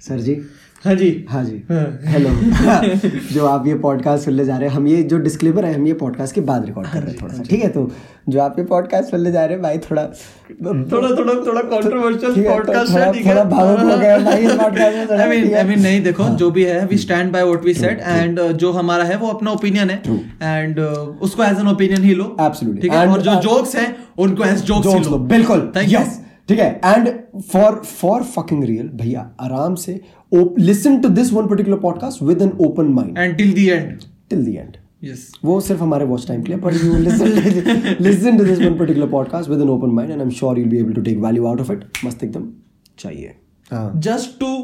Sir जी हाँ जी हाँ जी हाँ। हेलो जो आप ये पॉडकास्ट सुनने जा रहे हैं हम ये जो डिस्क्लेमर है हम ये पॉडकास्ट के बाद रिकॉर्ड हाँ कर रहे हैं थोड़ा सा ठीक है तो जो आप ये पॉडकास्ट सुनने जा रहे हैं भाई थोड़ा हाँ। थोड़ा थोड़ा थोड़ा कंट्रोवर्शियल ठीक है, पॉडकास्ट थोड़ा- है ठीक है थोड़ा भावुक हो गया भाई इस podcast में, थोड़ा आई मीन ठीक है। हाँ। आई मीन नहीं देखो जो भी है we stand by what we said and uh, जो हमारा है वो अपना ओपिनियन है एंड उसको एज एन ओपिनियन ही लो Absolutely. ठीक है And, और जो uh, जोक्स हैं उनको एज जोक्स ही जोक्स लो लो बिल्कुल थैंक यू यस ठीक है and for for fucking real भैया आराम से listen to this one particular podcast with an open mind and till the end till the end yes वो सिर्फ हमारे वॉच टाइम के लिए but you listen listen to this one particular podcast with an open mind and I am sure you be able to take value out of it मस्त एकदम चाहिए हाँ just to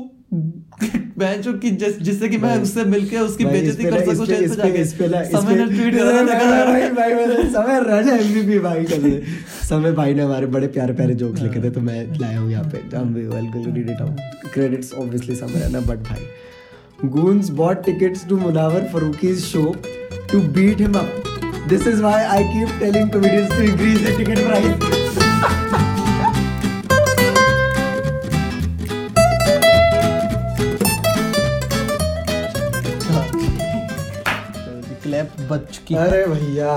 मैं जो कि जिस जिससे कि मैं उससे मिलके उसकी भाई, इस बेइज्जती पे कर ला- इस सकूं पे- जेल इस पे पे- जाके इस पे ला- इस समय पे- ने ट्वीट करा था, देखा था भाई, भाई, भाई, समय राजा MVP भाई कर दे। समय भाई ने हमारे बड़े प्यारे प्यारे हाँ। जोक्स लिखे थे तो मैं लाया हूँ यहाँ पे हम welcome read it out credits obviously समय रहना बट भाई goons bought tickets to Munawar Faruqui's show to beat him up this is why I keep telling comedians to increase the ticket price तो क्लैप बच की अरे भैया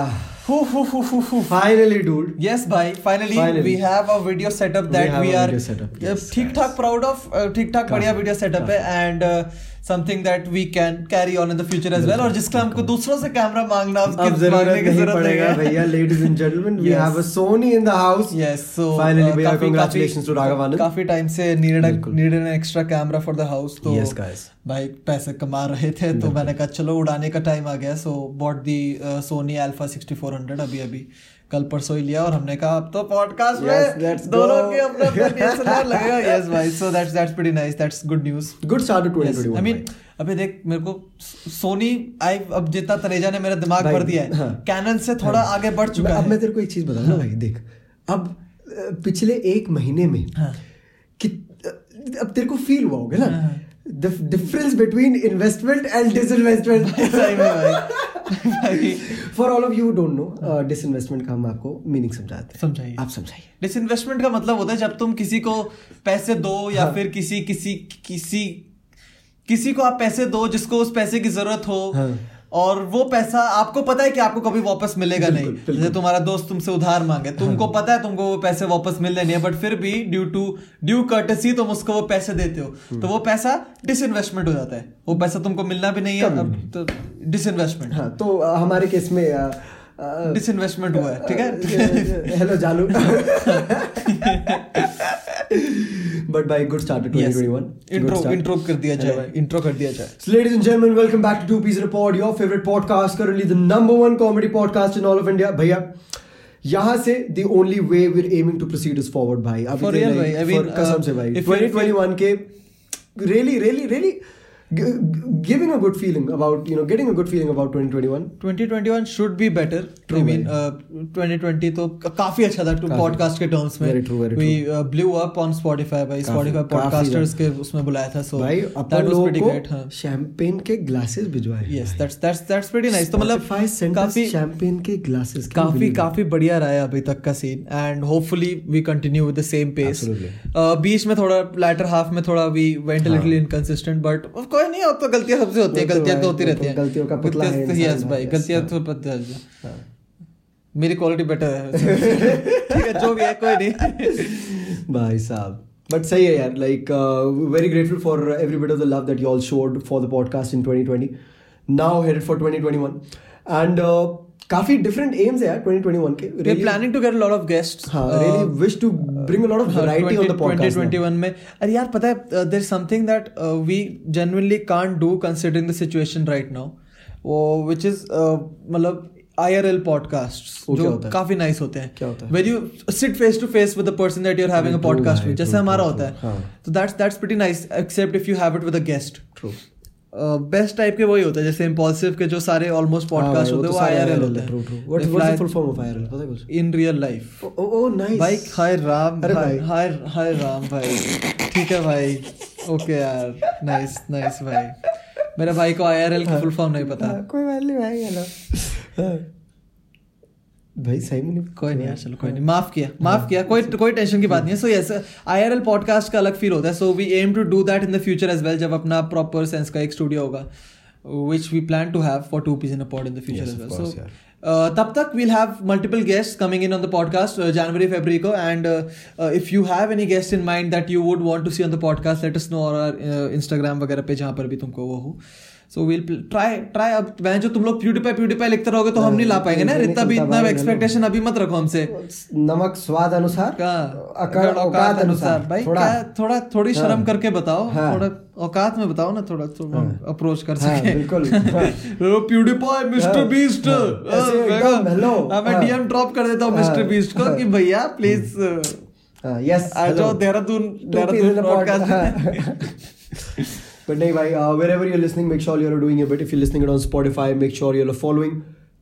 फू फू फू फू फू finally dude Yes, bhai. Finally, Finally. we have a video setup We that have we, a are video setup, uh, yes, ठीक ठाक proud of. Uh, ठीक ठाक बढ़िया video setup है and uh, something that we can carry on in the future as well. और जिसका हमको दूसरों से कैमरा मांगना अब उसकी जरूरत मांगने की नहीं जरूरत नहीं पड़ेगा है. भैया ladies and gentleman we Yes. Have a Sony in the house Yes, so finally uh, भैया काफी- कांग्रेचुलेशंस टू काफी- राघव आनंद काफी टाइम से needed a- बिल्कुल। needed an extra camera for the house तो Yes, guys. भाई पैसे कमा रहे थे तो मैंने कहा चलो उड़ाने का टाइम आ गया so bought the Sony Alpha 6400 अभी अभी कल परसों ही लिया और हमने कहा अब तो पॉडकास्ट Yes, में let's दोनों go. के अपने अपने DSLR लगेगा यस भाई so that's that's pretty nice that's good news good start to I mean अबे देख मेरे को सोनी आई अब जितना तनेजा ने मेरा दिमाग भाई, भर दिया है हाँ। कैनन से थोड़ा आगे बढ़ चुका अब है हाँ। मैं तेरे को एक चीज बताऊं ना भाई देख अब अ, पिछले एक महीने में हाँ। कि अ, अब तेरे को फील हुआ होगा ना हाँ। The difference between investment and disinvestment सही में भाई भाई for all of you don't know disinvestment का हम आपको मीनिंग समझाते हैं समझाइए आप समझाइए डिसइन्वेस्टमेंट का मतलब होता है जब तुम किसी को पैसे दो या हाँ। फिर किसी किसी किसी किसी को आप पैसे दो जिसको उस पैसे की जरूरत हो हाँ। और वो पैसा आपको पता है कि आपको कभी वापस मिलेगा नहीं बिल्कुल, हाँ। बिल्कुल। जैसे तुम्हारा दोस्त तुमसे उधार मांगे तुमको पता है तुमको वो पैसे वापस मिलने नहीं है बट फिर भी ड्यू टू ड्यू कर्टेसी तुम उसको वो पैसे देते हाँ। हो तो वो पैसा डिसइन्वेस्टमेंट हो जाता है वो पैसा तुमको मिलना भी नहीं है अब तो डिसइन्वेस्टमेंट हाँ तो अ, हमारे केस में अ, अ, डिसइन्वेस्टमेंट हुआ है ठीक हाँ। है हेलो जालू बट भाई good start to Yes. 2021 intro intro कर दिया जाए इंट्रो कर दिया जाए So, ladies and gentlemen, welcome back to Two Piece Report, your favorite podcast, currently the number one comedy podcast in all of India. भैया यहाँ से the only way we're aiming to proceed is forward भाई अभी For तो real, नहीं, भाई. I for mean, uh, कसम से भाई if you- 2021 के really really really g- g- giving a good feeling about you know getting a good feeling about 2021 2021 should be better True, i mean uh, 2020 तो क- काफी अच्छा था टू काफी। पॉडकास्ट के टर्म्स में Very true, very we uh, blew up on spotify भाई काफी, spotify काफी podcasters के उसमें बुलाया था so भाई that अपन was pretty लोगों great को हाँ champagne के glasses भिजवाए हैं yes भाई। that's that's that's pretty nice तो Spotify मतलब sent us काफी champagne के glasses can you काफी believe it? काफी बढ़िया रहा है अभी तक का scene and hopefully we continue with the same pace Absolutely. Uh, बीच में थोड़ा लेटर हाफ में थोड़ा we went little inconsistent but कोई नहीं अब तो गलतियां सबसे होती है हाँ। वो तो गलतियां तो भाई, वो तो होती रहती हैं गलतियों का पुतला है गलतियां- इंसान yes, भाई, भाई yes, गलतियां हाँ। तो पता है मेरी क्वालिटी बेटर है ठीक है जो भी है कोई नहीं भाई साहब बट सही है यार uh, like very grateful for every bit of the love that you all showed for the podcast in 2020 now headed for 2021 and uh, काफी डिफरेंट एम्स है यार 2021 के हाँ, we planning to get lot of guests हां really Uh, wish to bring a lot of variety on the podcast 2021 में अरे यार पता है uh, there something that we genuinely can't do considering the situation right now वो which is मतलब IRL podcasts वो क्या जो होता है? काफी नाइस होते हैं क्या होता है? When you sit face to face with the person that you are having a True, podcast भाई, विद जैसे true, हमारा true, होता true. है हाँ। तो that's that's pretty nice except if you have it with a guest true best type Uh, के वही होते हैं जैसे इम्पल्सिव के जो सारे ऑलमोस्ट हाँ पॉडकास्ट होते तो हैं वो IRL होते ट्रू ट्रू हैं what They what fly is full form of IRL पता है कुछ in real life O O nice भाई हाय राम अरे हाय भाई। हाय हाय राम भाई ठीक है भाई ओके यार नाइस नाइस भाई हाँ। मेरे हाँ, भाई को आईआरएल का फुल फॉर्म नहीं पता कोई वैल्यू है ना हाँ। भाई सही में नहीं हाँ, कोई नहीं यार चलो कोई नहीं माफ किया माफ किया कोई कोई टेंशन की बात नहीं है सो यस आईआरएल पॉडकास्ट का अलग फील होता है so we aim to do that in the future as well जब अपना प्रॉपर सेंस का एक स्टूडियो होगा which we plan to have for two peas in a pod in the future Yes, as of well. course, so, yeah. uh, तब तक we'll have multiple guests coming in on the podcast uh, January February को and uh, uh, if you have any guests in mind that you would want to see on the podcast let us know और uh, Instagram वगैरह पे जहाँ पर भी तुमको वो हो सो विल ट्राई ट्राई अब मैं जो तुम लोग प्यूडीपाई प्यूडीपाई लिखते रहोगे तो हम नहीं ला पाएंगे ना नहीं, इतना भी नहीं, इतना दबाएंगे ना। एक्सपेक्टेशन अभी मत रखो हमसे नमक स्वाद अनुसार हाँ। का अकड़ औकात अनुसार भाई थोड़ा क्या थोड़ा थोड़ी शर्म करके बताओ हाँ। थोड़ा औकात में बताओ ना थोड़ा थोड़ा अप्रोच कर हाँ, सके बिल्कुल, हाँ। प्यूडीपाई मिस्टर हाँ, बीस्ट हाँ, ऐसे एकदम, hello, मैं हाँ। डीएम ड्रॉप कर देता हूँ हाँ, मिस्टर बीस्ट को हाँ। कि भैया प्लीज यस आ जाओ देहरादून देहरादून हाँ। Podcast But nahi bhai, uh, wherever you're listening, make sure you're doing a bit. If you're listening it on Spotify, make sure you're following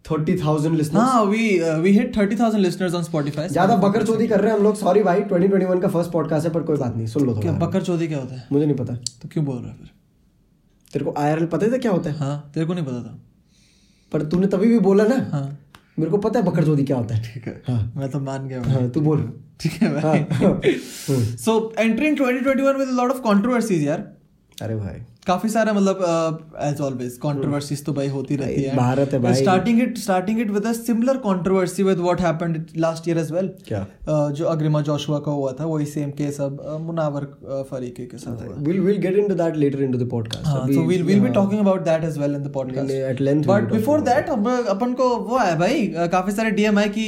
30,000 listeners. हाँ we we hit 30000 listeners on Spotify ज्यादा बकर चौधरी कर रहे हैं हम लोग sorry भाई 2021 का फर्स्ट पॉडकास्ट है पर कोई बात नहीं सुन लो क्या थोड़ा बकर चौधरी क्या होता है मुझे नहीं पता तो क्यों बोल रहा है फिर तेरे को आईआरएल पता है क्या होता है हाँ तेरे को नहीं पता था पर तूने तभी भी बोला ना हाँ मेरे को पता है बकर चौधरी क्या होता है ठीक है हाँ। मैं तो मान गया भाई। हाँ तू बोल ठीक है हाँ, भाई हाँ, हम्म। So entering 2021 with lot of controversies यार अरे भाई काफी सारा मतलब एज ऑलवेज कंट्रोवर्सीज तो भाई होती रहती है भारत है भाई। Starting it starting it with a similar controversy with what happened last year as well क्या? जो अग्रिमा जोशुआ का हुआ था वही सेम केस अब अ, मुनावर अ, फरीके के साथ हुआ we'll we'll get into that later into the podcast हाँ, so we'll we'll be talking about that as well in the podcast. नहीं, at length we'll But talk before that अब अपन को वो है भाई अ, काफी सारे डीएम है कि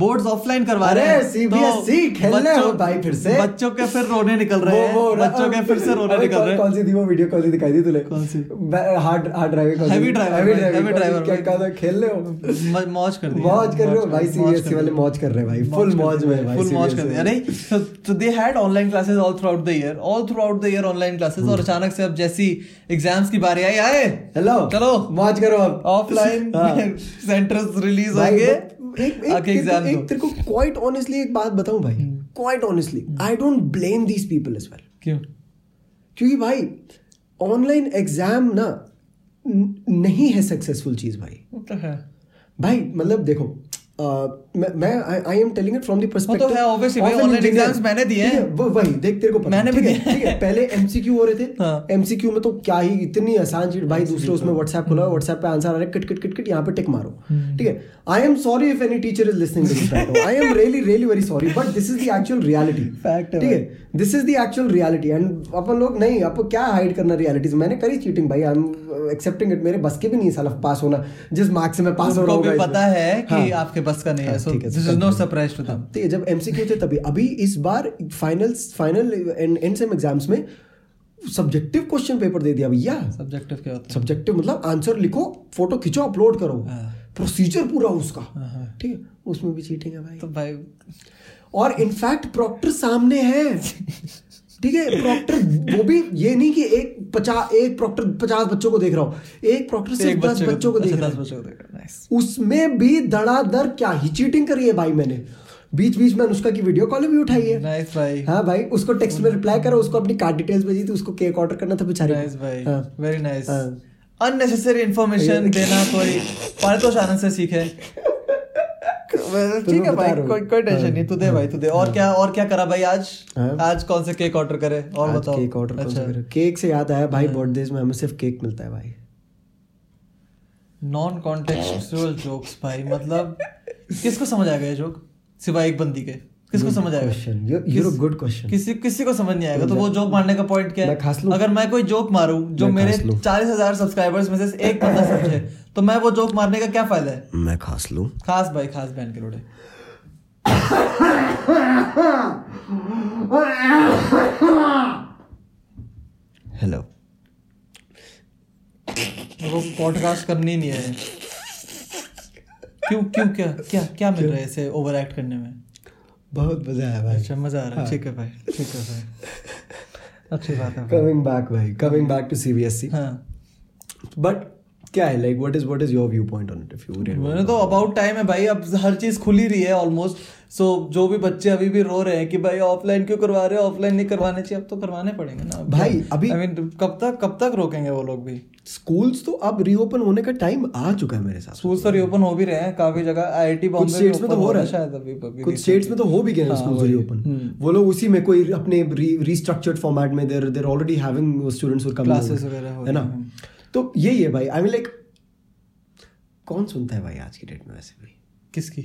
बोर्ड्स ऑफलाइन करवा रहे अरे, हैं तो CBSE खेलने हो भाई फिर से। बच्चों के फिर रोने निकल रहे हैं बच्चों के फिर से रोने अबे, निकल कौन- रहे हैं कौन सी थी वो वीडियो कौन सी दिखाई थी तूने कौन सी? हार्ड हार्ड ड्राइवर कौन सी Heavy थी? driver, Heavy भाई, driver कौन heavy सी? driver, क्या भाई। कहा था खेल रहे हो म- मौज कर दिया मौज कर रहे हो भाई सीबीएसई वाले मौज कर रहे हैं भाई फुल मौज में भाई फुल मौज कर दिया अरे तो they had online classes all throughout the year all throughout the year online classes Hmm. और अचानक से अब जैसी एग्जाम्स की बारी आई आए हेलो चलो मौज करो अब ऑफलाइन हाँ। सेंटर्स रिलीज भाई, होंगे but एक एक आके तेरे को- एग्जाम एक दो हम्म। तेरे को क्वाइट ऑनेस्टली एक बात बताऊं भाई quite honestly I don't blame these people as well क्यों क्योंकि भाई ऑनलाइन एग्जाम ना न- नहीं है सक्सेसफुल चीज भाई वो तो है हाँ, भाई मतलब देखो अ, मैं- मैं I am telling it from the perspective तो है, obviously, भाई, online exams मैंने दिए हैं। वही देख तेरे को पता मैंने भी ठीक है, दिए हैं। ठीक है पहले एमसीक्यू हो रहे थे हाँ। एमसीक्यू में तो क्या ही इतनी आसान चीज भाई दूसरे तो। उसमें व्हाट्सएप खोला हम्म। व्हाट्सएप पे आंसर आ रहा है कट कट कट कट यहाँ पे टिक मारो ठीक है I am sorry if any teacher is listening to this I am really really very sorry but this is the actual reality Fact है ठीक है this is the actual reality and अपन लोग नहीं आपको क्या हाइड करना रियलिटी से मैंने करी चीटिंग भाई आई एम एक्सेप्टिंग इट मेरे बस के भी नहीं है साला पास होना जिस मार्क्स से मैं पास हो रहा उनको हूँ भी guys, पता मैं- है हाँ। कि आपके बस का नहीं है हाँ, सो ठीक है, this is no surprise to them हाँ, तो ये जब एमसीक्यू थे तभी अभी इस बार finals final end end sem exams में सब्जेक्टिव क्वेश्चन पेपर दे दिया भैया सब्जेक्टिव क्या होता सब्जेक्टिव मतलब आंसर लिखो फोटो खींचो अपलोड करो हाँ। प्रोसीजर पूरा उसका हाँ। ठीक है उसमें भी चीटिंग है भाई है तो भाई और इनफैक्ट प्रॉक्टर सामने है ठीक है प्रॉक्टर वो भी ये नहीं कि एक पचास एक प्रॉक्टर पचास बच्चों को देख रहा हूँ एक प्रॉक्टर एक सिर्फ दस बच्चे बच्चों को देख अच्छा, रहा दस है बच्चों को देख रहा नाइस उसमें भी धड़ाधड़ क्या ही चीटिंग करी है भाई मैंने बीच बीच में अनुष्का की वीडियो कॉल भी उठाई है नाइस भाई हाँ भाई उसको टेक्स्ट में रिप्लाई करो उसको अपनी कार्ड डिटेल्स भेजी थी उसको केक ऑर्डर करना था बेचारे नाइस भाई हाँ। वेरी नाइस हाँ। अननेसेसरी इन्फॉर्मेशन देना कोई पारितोष आनंद से सीखे ठीक बता है रहा भाई हूँ। कोई कोई टेंशन नहीं तू दे भाई तू दे और क्या और क्या करा भाई आज हाँ। आज कौन से केक ऑर्डर करे और आज बताओ केक ऑर्डर अच्छा। हाँ। केक से याद आया भाई बर्थडे में हमें सिर्फ केक मिलता है भाई नॉन कॉन्टेक्चुअल जोक्स भाई मतलब किसको समझ आएगा ये जोक सिवाय एक बंदी के किसको समझ आएगा क्वेश्चन यू किस- गुड क्वेश्चन किसी किसी को समझ नहीं आएगा तो वो जोक मारने का पॉइंट क्या है मैं खास लूं? अगर मैं कोई जोक मारूं जो मैं मेरे खास लूं। चालीस हजार सब्सक्राइबर्स में से एक बंदा समझे तो मैं वो जोक मारने का क्या फायदा है मैं खास लूं खास भाई खास बहन के रोड़े हेलो वो पॉडकास्ट करनी नहीं है क्यों क्यों क्या क्या क्या मिल रहा है ऐसे ओवर एक्ट करने में बहुत मजा आया भाई अच्छा मजा आ रहा है ठीक है भाई ठीक है भाई अच्छी बात है कमिंग बैक भाई कमिंग बैक टू सीबीएसई हाँ बट क्या है like what is what is your viewpoint on it if you मैंने तो अबाउट टाइम है भाई अब हर चीज खुली रही है ऑलमोस्ट सो जो भी बच्चे अभी भी रो रहे हैं कि भाई ऑफलाइन क्यों करवा रहे हो ऑफलाइन नहीं करवाने चाहिए अब तो करवाने पड़ेंगे ना अब भाई, क्या- अभी- I mean, कब तक कब तक रोकेंगे वो लोग भी स्कूल्स तो अब रीओपन होने का टाइम आ चुका है मेरे हिसाब से स्कूल तो reopen हो भी रहे हैं काफी जगह आईआईटी कुछ बॉम्बे स्टेट्स में तो हो रहा है शायद अभी अभी कुछ स्टेट्स में तो हो भी गए हाँ, हैं स्कूल्स हम्म। रीओपन वो लोग उसी में कोई अपने रीस्ट्रक्चर्ड फॉर्मेट में there there already having students और Classes वगैरह हो हाँ। है ना तो यही है भाई आई मीन लाइक कौन सुनता है भाई आज की डेट में वैसे भी किसकी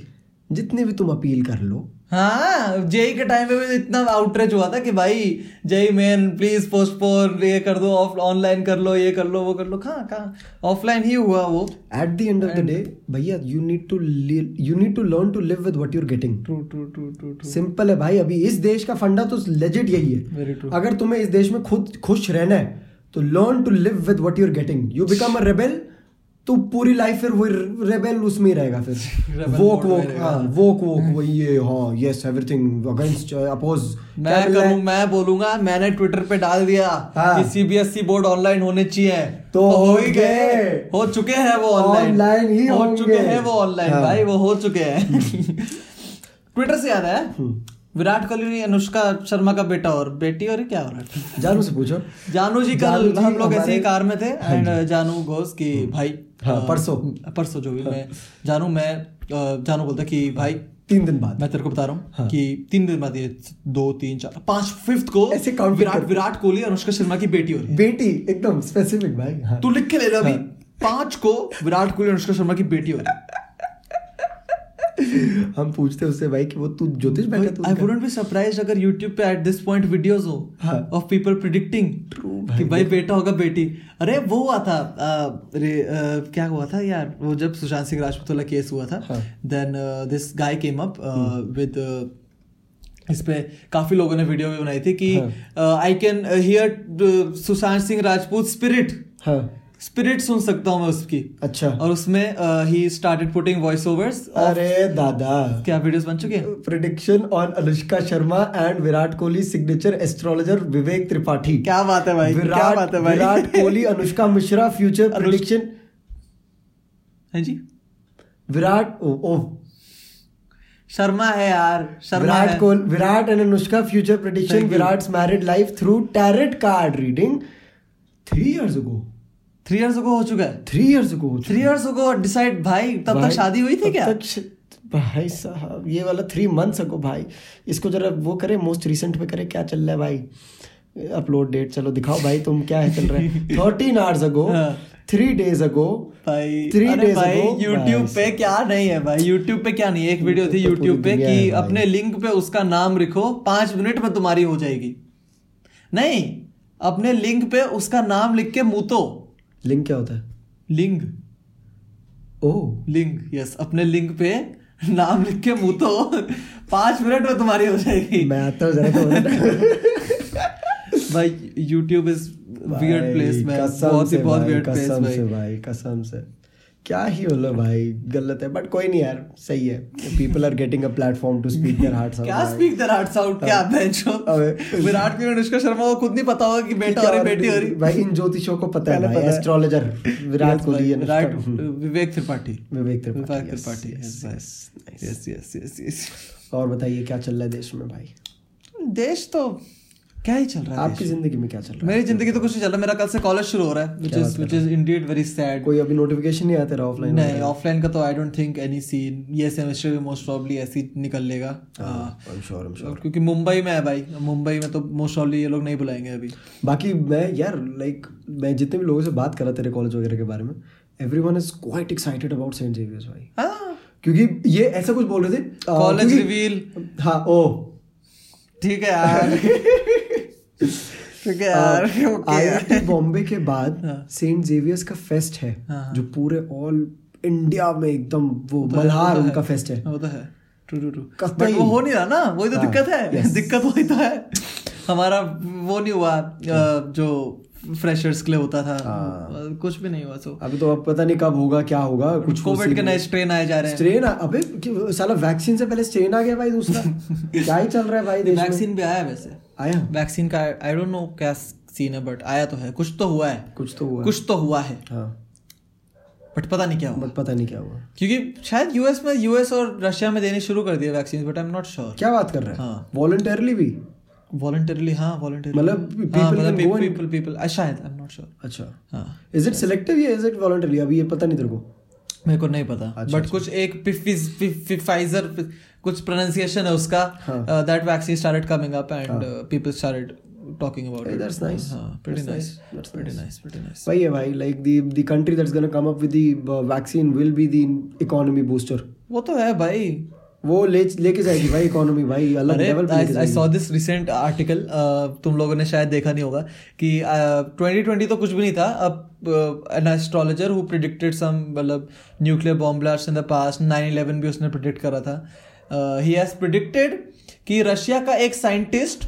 जितने भी तुम अपील कर लो हाँ जेई के टाइम पे भी इतना आउटरेच हुआ था कि भाई जेई मेन प्लीज पोस्टपोन ये कर दो ऑफ ऑनलाइन कर लो ये कर लो वो कर लो कहाँ कहाँ ऑफलाइन ही हुआ वो at the end of the day भैया you need to you need to learn to live with what you are getting true true true true true simple है भाई अभी इस देश का फंडा तो लेजिट यही Very है अगर तुम्हें इस देश में खुद खुश रहना है तो learn to live with what you are getting you become a rebel तो पूरी लाइफ फिर वही रेबेल उसमें ही रहेगा फिर Rebel वोक mode में वोक हाँ वोक वोक वही ये हाँ यस एवरीथिंग अगेंस्ट अपोज मैं करूँ मैं बोलूंगा मैंने ट्विटर पे डाल दिया हाँ। कि सीबीएसई बोर्ड ऑनलाइन E होने चाहिए तो हो गए। हो चुके हैं वो ऑनलाइन Online ही हो होंगे। चुके हैं वो ऑनलाइन हाँ। हम्म। भाई वो हो चुके हैं ट्विटर से याद है विराट कोहली ने अनुष्का शर्मा का बेटा और बेटी और क्या हो रहा है जानू से पूछो जानू जी जानू कल जी हम लोग ऐसे ही हमारे- कार में थे एंड जानू गोस कि भाई हाँ, अ, परसों। हाँ। परसों जो भी मैं जानू मैं अ, जानू बोलता कि भाई तीन दिन बाद मैं तेरे को बता रहा हूँ हाँ। कि तीन दिन बाद ये दो तीन चार पांच फिफ्थ को ऐसे count भी विराट कर- विराट कोहली और अनुष्का शर्मा की बेटी हो रही है बेटी एकदम स्पेसिफिक भाई हाँ तू लिख के ले ले अभी पांच को विराट कोहली और अनुष्का शर्मा की बेटी हो रही है हम पूछते हैं उससे भाई कि वो तू ज्योतिष बैठा तू आई तो उनका- वुडंट बी सरप्राइज अगर YouTube पे एट दिस पॉइंट वीडियोस हो हाँ। ऑफ पीपल प्रिडिक्टिंग कि भाई बेटा होगा बेटी अरे वो हुआ था अ, अरे अ, क्या हुआ था यार वो जब सुशांत सिंह राजपूत वाला केस हुआ था हाँ। हम्म। Then this guy came up with इस पे काफी लोगों ने वीडियो भी बनाई थी कि हाँ। I can hear Sushant Singh Rajput spirit हाँ स्पिरिट सुन सकता हूँ मैं उसकी अच्छा और उसमें ही स्टार्टेड पुटिंग वॉइस ओवर्स अरे दादा क्या वीडियोस बन चुके हैं prediction on Anushka Sharma and Virat Kohli signature astrologer Vivek Tripathi क्या बात है भाई क्या बात है भाई विराट कोहली अनुष्का मिश्रा फ्यूचर प्रिडिक्शन हाँ जी विराट ओ, ओ शर्मा है यार शर्मा विराट है। Kohli Virat and Anushka future prediction Thank you. Virat's married life through tarot card reading three years ago three years ago हो चुका है three years ago three years ago decide भाई तब तक भाई, शादी हुई थी तब क्या तक श- भाई साहब ये वाला थ्री मंथ्स अगो भाई इसको जरा वो करे मोस्ट रिसेंट पे करे क्या चल रहा है भाई अपलोड डेट चलो दिखाओ भाई तुम क्या है चल रहा है थर्टीन आवर्स अगो हाँ। थ्री डेज अगो भाई Three अरे days भाई ago, यूट्यूब भाई। पे क्या नहीं है भाई यूट्यूब पे क्या नहीं है? एक वीडियो थी तो पूरी यूट्यूब पे दुनिया कि है भाई। अपने लिंक पे उसका नाम लिखो पांच मिनट में तुम्हारी हो जाएगी नहीं अपने लिंक पे उसका नाम लिख के तो। मूतो लिंक क्या होता है Oh, लिंग ओह लिंग यस अपने लिंक पे नाम लिख के मूतो पांच मिनट में तुम्हारी हो जाएगी मैं आता हूँ जरा कमेंट भाई यूट्यूब इज वियर्ड प्लेस में बहुत ही बहुत वियर्ड प्लेस कसम से भाई भाई कसम से क्या ही बोलो भाई गलत है बट कोई नहीं यार सही है people are getting a platform to speak their hearts क्या स्पीक द हार्ट्स आउट क्या बेंचो अबे। विराट कोहली और अनुष्का शर्मा को खुद नहीं पता होगा कि बेटा और बेटी हो रही भाई इन ज्योतिषों को पता है पहले भाई पता है। एस्ट्रोलॉजर विराट Yes, कोहली भाई, Anushka- Virat hmm, Vivek Tripathi Vivek Tripathi Vivek yes, Tripathi yes, yes, nice. Yes yes yes yes और बताइए क्या चल रहा है देश में भाई देश तो क्या ही चल रहा है आपकी जिंदगी में क्या चल रहा है मेरी जिंदगी तो कुछ नहीं चल रहा मेरा कल से कॉलेज शुरू हो रहा है व्हिच क्या इज बात which is indeed very sad कोई अभी नोटिफिकेशन नहीं आता रहा ऑफलाइन नहीं ऑफलाइन का तो I don't think any scene ये सेमेस्टर भी मोस्ट प्रॉब्ली ऐसे ही निकल लेगा हाँ। आई एम श्योर क्योंकि मुंबई में है भाई मुंबई में तो मोस्ट प्रॉब्ली ये लोग नहीं बुलाएंगे अभी बाकी मैं यार लाइक मैं जितने भी लोगों से बात कर रहा तेरे कॉलेज वगैरह के बारे में every one is quite excited about Saint Xavier's भाई हाँ, क्योंकि ये ऐसा कुछ बोल रहे थे अ, College क्योंकि- reveal. हाँ ओ ठीक है यार ठीक है यार ओके यार। आईआईटी बॉम्बे के बाद सेंट जेवियर्स का फेस्ट है हाँ। जो पूरे ऑल इंडिया में एकदम वो मल्हार वो तो उनका फेस्ट है वो तो है ट्रू ट्रू ट्रू कतई। बट वो हो नहीं रहा ना वही तो हाँ, दिक्कत है yes. दिक्कत वही तो है हमारा वो नहीं हुआ अ, जो फ्रेशर्स के लिए होता था अ, कुछ भी नहीं हुआ सो अभी तो अब पता नहीं कब होगा क्या होगा कुछ कोविड के नए स्ट्रेन आए जा रहे हैं स्ट्रेन अबे कि- साला वैक्सीन से पहले स्ट्रेन आ गया भाई दूसरा क्या ही चल रहा है भाई देश में वैक्सीन भी आया है वैसे आया वैक्सीन का आई डोंट नो क्या सीन है बट आया तो है कुछ तो हुआ है कुछ तो हुआ कुछ तो हुआ है हाँ बट पता नहीं क्या हुआ बट पता नहीं क्या हुआ क्योंकि शायद यूएस में यूएस और रशिया में देने शुरू कर दिया vaccine but I am not sure क्या बात कर रहा है हाँ। वॉलंटरली भी वॉलंटरली हाँ वॉलंटरली मतलब people can go and- people people uh, शायद आई एम नॉट श्योर अच्छा हाँ इज इट सिलेक्टिव या इज इट वॉलंटरली अभी ये पता नहीं तेरे को मेरे को नहीं अच्छा, पता बट कुछ एक फाइजर कुछ प्रोनाउंसिएशन है उसका हाँ। uh, that vaccine started coming up and people started talking about Hey, it that's nice. हां pretty That's nice nice. That's pretty nice pretty nice वही है भाई like the the country that's gonna come up with the vaccine will be the economy booster वो तो है भाई वो ले लेके जाएगी भाई इकोनॉमी भाई अलग अरे लेवल पे लेके आई जाएगी saw this recent article uh, तुम लोगों ने शायद देखा नहीं होगा कि ट्वेंटी ट्वेंटी तो कुछ भी नहीं था अब uh, an astrologer who predicted some मतलब nuclear bomb blast in the past nine eleven भी उसने प्रिडिक्ट करा था Uh, ही हैज प्रिडिक्टेड कि रशिया का एक साइंटिस्ट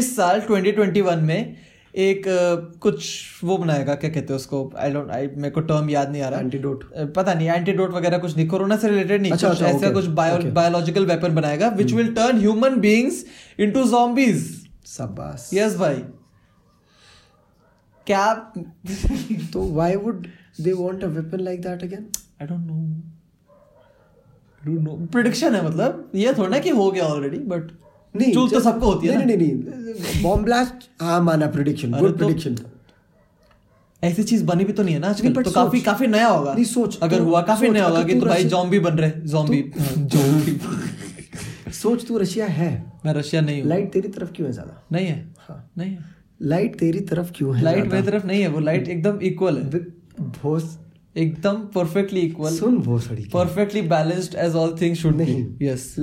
इस साल 2021 में एक uh, कुछ वो बनाएगा क्या कहते हैं उसको आई डोंट आई मेरे को टर्म याद नहीं आ रहा Antidote. Uh, पता नहीं एंटीडोट वगैरह कुछ नहीं कोरोना से रिलेटेड नहीं अच्छा, कुछ अच्छा, ऐसा okay, कुछ बायोलॉजिकल वेपन बनाएगा which will turn human beings into zombies शाबाश यस भाई क्या तो why would they want a weapon like that again I don't know don't know prediction है मतलब ये थोड़ा ना कि हो गया ऑलरेडी बट चूल तो सबको होती है ना नहीं नहीं नहीं बॉम्ब ब्लास्ट हाँ माना प्रिडिक्शन अरे गुड तो- प्रिडिक्शन ऐसी चीज बनी भी तो नहीं है ना नहीं, आजकल but तो काफी सोच। काफी नया होगा नहीं, सोच, अगर तू- हुआ काफी सोच, नया होगा अगर कि तू हाँ। तो भाई रशी- जॉम्बी बन रहे जॉम्बी जॉम्बी सोच तू रशिया है मैं रशिया नहीं हूँ लाइट तेरी तरफ क्यों है ज्यादा नहीं है हाँ। नहीं है लाइट तेरी तरफ क्यों है लाइट मेरी तरफ नहीं है वो लाइट एकदम इक्वल है भोस एकदम परफेक्टली इक्वल सुन भोसड़ी की। Perfectly balanced as all thing should be नहीं। यस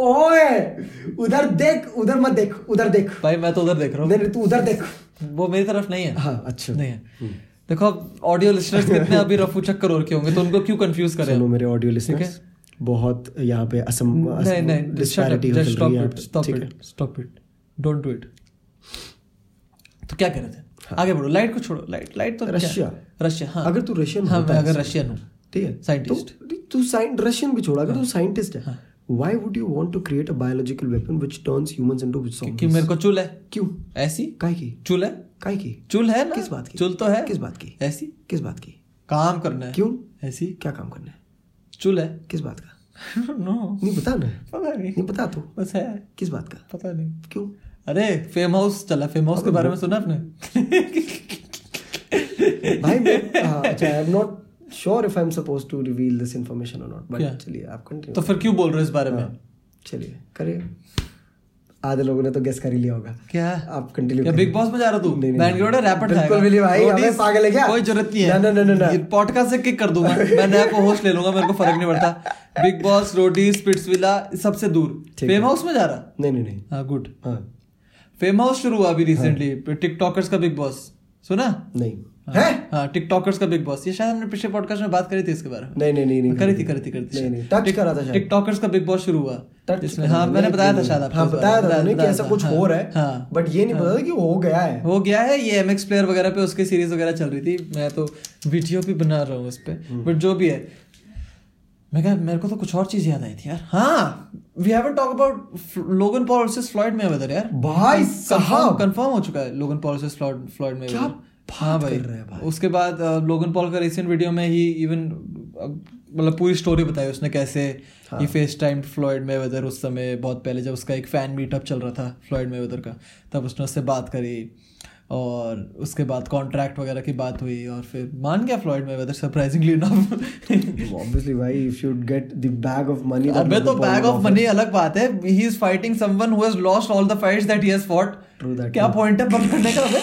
ओए उधर देख उधर मत देख उधर देख भाई मैं तो उधर देख रहा नहीं नहीं, तू उधर देख हूँ वो मेरी तरफ नहीं है हाँ अच्छा नहीं है देखो अब ऑडियो लिस्टनर्स कितने अभी रफू चक्कर और के होंगे तो उनको क्यों कंफ्यूज करें सुनो मेरे ऑडियो लिसनर्स बहुत यहाँ पे असम नहीं नहीं डिस्पैरिटी हो चल स्टॉप रही है इट स्टॉप ठीक है it stop it don't do it तो क्या कह रहे थे आगे बढ़ो लाइट को छोड़ो लाइट लाइट तो क्या है? रशिया। रशिया हाँ हाँ। अगर तू रशियन हाँ होता मैं अगर है- रशियन हूँ ठीक है Scientist. हाँ। तो तू साइंट रशियन भी छोड़ा अगर तू साइंटिस्ट है why would you want to create a biological weapon which turns humans into कि zombies मेरे को चूल है क्यों ऐसी काय की चूल है काय की चुल है ना किस बात की? चुल तो है किस बात की? ऐसी किस बात की काम करना है क्यों ऐसी क्या काम करना है चुल है किस बात का नो नहीं बता ना पता नहीं नहीं बता तू बस है किस बात का पता नहीं क्यों अरे फेम हाउस चला फेम हाउस के बारे में सुना आपने भाई मैं- हाँ, अच्छा I am not sure if I am suppose to reveal this information और नॉट क्या? बट चलिए आप कंटिन्यू तो फिर क्यों बोल रहे हो इस बारे हाँ। में चलिए करिए आधे लोगों ने तो गेस कर ही लिया होगा क्या आप कंटिन्यू क्या बिग बॉस में जा रहा तू नहीं, नहीं, बैंगलोर नहीं। रैपिड बिल्कुल भी नहीं भाई, हमें पागल है क्या? कोई जरूरत नहीं है ना, ना, ना, ना, ना। पॉडकास्ट से किक कर दूंगा मैं नया को होस्ट ले लूंगा मेरे को फर्क नहीं पड़ता बिग बॉस रोटी स्पिट्सविला सबसे दूर ठीक है। फेम हाउस में जा रहा नहीं नहीं नहीं हाँ गुड हाँ फेम हाउस शुरू हुआ अभी रिसेंटली टिकटॉकर्स का बिग बॉस सुना नहीं हाँ। है हाँ टिकटॉकर्स का बिग बॉस ये शायद हमने पिछले पॉडकास्ट में बात करी थी इसके बारे में नहीं नहीं नहीं नहीं करी थी करी थी करी नहीं थी शायद। नहीं टच करा था शायद टिकटॉकर्स का बिग बॉस शुरू हुआ Touch जिसमें करा हाँ था, मैंने नहीं, बताया था नहीं, शायद आपको हाँ इस बारे बताया में, था तुमने कि बताया ऐसा था, कुछ हाँ, हो रहा है हाँ बट ये नहीं पता था कि हो गया है हो गया है ये एमएक्स प्लेयर वगैरह पे उसकी सीरीज वगैरह चल रही थी मैं तो वीडियो भी बना रहा हूँ उस पे हम्म। बट जो भी है मैं कहा मेरे को तो कुछ और चीज याद आई थी यार हाँ we haven't talk about Logan Paul versus Floyd Mayweather यार भाई हाँ। साहब कंफर्म हो चुका है Logan Paul versus Floyd Floyd Mayweather क्या हाँ भाई, कर रहे हैं भाई। उसके बाद लोगन पॉल का रिसेंट वीडियो में ही इवन मतलब पूरी स्टोरी बताई उसने कैसे हाँ। ही फेस टाइम फ्लॉयड मेवेदर उस समय बहुत पहले जब उसका एक फैन मीटअप चल रहा था फ्लॉयड मेवेदर का तब उसने उससे बात करी और उसके बाद कॉन्ट्रैक्ट वगैरह की बात हुई और फिर मान गया Floyd Mayweather surprisingly enough obviously भाई if you get the bag of money अबे तो बैग ऑफ मनी अलग बात है he is fighting someone who has lost all the fights that he has fought True that, क्या point है बंद करने का अबे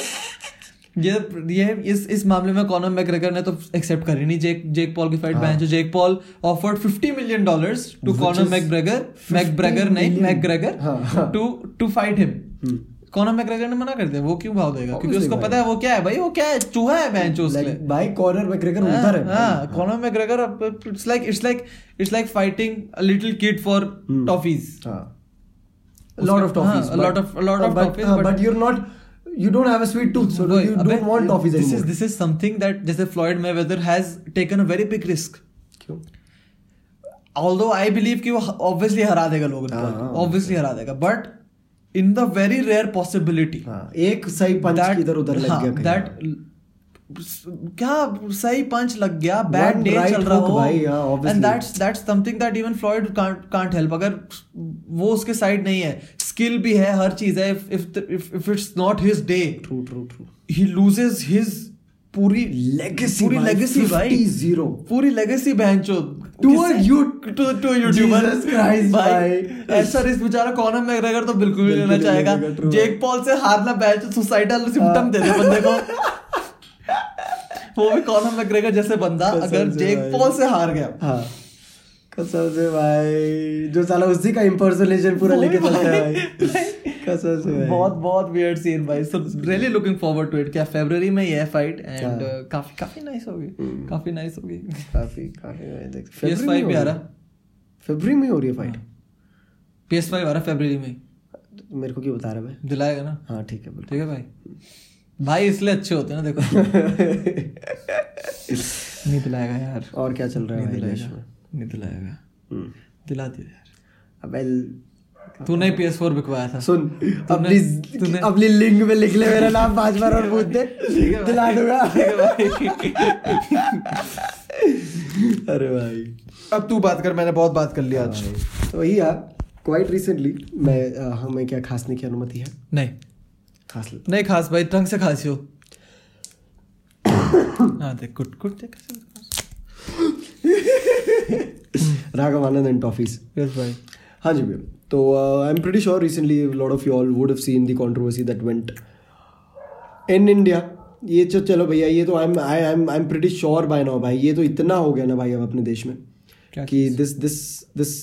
ये ये इस इस मामले में कॉनर मैकग्रेगर ने तो एक्सेप्ट करी नहीं जेक जेक पॉल की फाइट बैन जो Jake Paul offered 50 million dollars to हाँ। Which Conor is McGregor McGregor नहीं million. हाँ, मैकग्रेगर हाँ. Hmm. To to fight him Conor McGregor ने मना कर दिया वो क्यों भाव देगा क्योंकि Obviously उसको भाई. पता है वो क्या है भाई वो क्या है चूहा है बहन चूस लाइक भाई कॉर्नर में क्रिकेट उधर है हाँ Conor McGregor it's like it's like it's like fighting a little kid for toffees हाँ लॉट ऑफ उसका- हाँ, toffees a lot of- a lot of toffees, but- but you are not you don't have a sweet tooth so Boy, you अबे, don't want toffees this is anymore this is something that जैसे Floyd Mayweather has taken a very big risk क्यों although I believe कि वो obviously हरा देगा लोगों हाँ, हाँ, को ऑब्वियसली हरा देगा but in the very rare possibility हाँ, हाँ एक सही पंच इधर उधर लग गया कहीं। दैट क्या सही पंच लग गया बैड One डे right चल रहा hook हो भाई, हाँ, obviously. And that's that's something that even Floyd can't help अगर वो उसके साइड नहीं है स्किल भी है हर चीज है if if if it's not his day true true true he loses his पूरी Legacy, पूरी भाई, लेगेसी भाई 50-0 पूरी लेगेसी बहनचो To a you- to to YouTuber Jesus Christ, भाई। ऐसा रिस्क बेचारा कॉनर मैग्रेगर तो बिल्कुल भी बिल्कुल लेना नहीं चाहेगा लेगा, true। हाँ। जेक पॉल से हारना बैच सुसाइडल सिम्टम दे दे बंदे को वो भी कॉनर मैग्रेगर जैसे बंदा कसम अगर से जेक भाई। पॉल से हार गया हाँ कसम से भाई जो साला उसी का इम्पर्सोनेशन पूरा वही लेके चलता है भाई, भाई कसम से भाई बहुत बहुत वियर्ड सीन भाई so really looking forward to it क्या फरवरी में ये है फाइट एंड हाँ। Hmm। काफी काफी नाइस होगी काफी नाइस होगी काफी काफी PS5 भी आ रहा। हाँ। फरवरी में हो रही है फाइट PS5 आ रहा फरवरी में मेरे को क्यों बता रहा है भाई दिलाएगा ना हाँ ठीक है बिल्कुल ठीक है भाई भाई इसलिए अच्छे होते हैं ना देखो नहीं दिलाएगा यार और क्या चल रहा है भाई देश में नहीं दिलाएगा हम्म। दिला दिया यार अबे तूने पी एस फोर बिकवाया था सुन अपनी तूने- अपनी लिंक में लिख ले मेरा नाम पांच बार और पूछ दे दिला दूंगा अरे भाई अब तू बात कर मैंने बहुत बात कर लिया आज भाई, तो यही यार क्वाइट रिसेंटली मैं अ, हमें क्या खांसने की अनुमति है नहीं खांस लेता नहीं खास भाई ढंग से खासी हो हाँ देख कुट कुट देख हूं। Raghav Anand and toffees yes भाई हाँ जी भैया तो I am pretty sure recently lot of you all would have seen the controversy that went in India ये तो चलो भैया ये तो I am I am I am pretty sure by now भाई ये तो इतना हो गया ना भाई अब अपने देश में क्या कि this this this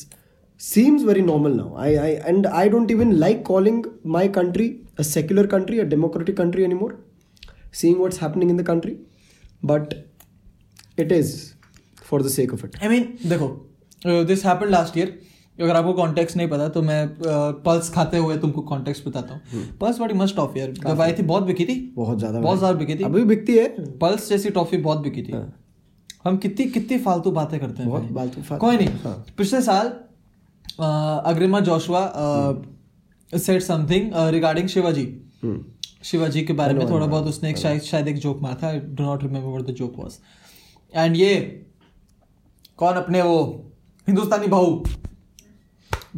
seems very normal now I I and I don't even like calling my country a secular country a democratic country anymore seeing what's happening in the country but it is for the sake of it I mean देखो uh, this happened last year अगर आपको context नहीं पता तो मैं pulse खाते हुए तुमको कॉन्टेक्स्ट बताता हूँ पल्स बड़ी मस्त टॉफी यार जब आई थी बहुत बिकी थी बहुत ज़्यादा हम्म। बहुत ज्यादा बिकी थी अभी भी बिकती है पल्स जैसी टॉफी बहुत बिकी थी हम कितनी कितनी फालतू बातें करते हैं हाँ। बहुत भाई। फालतू- फालतू- कोई नहीं हाँ। पिछले साल अ, Agrima Joshua said something regarding Shivaji hmm Shivaji के बारे में थोड़ा बहुत उसने एक शायद शायद एक जोक मारा था I do not remember what the joke was and ये कौन अपने वो हिंदुस्तानी भाऊ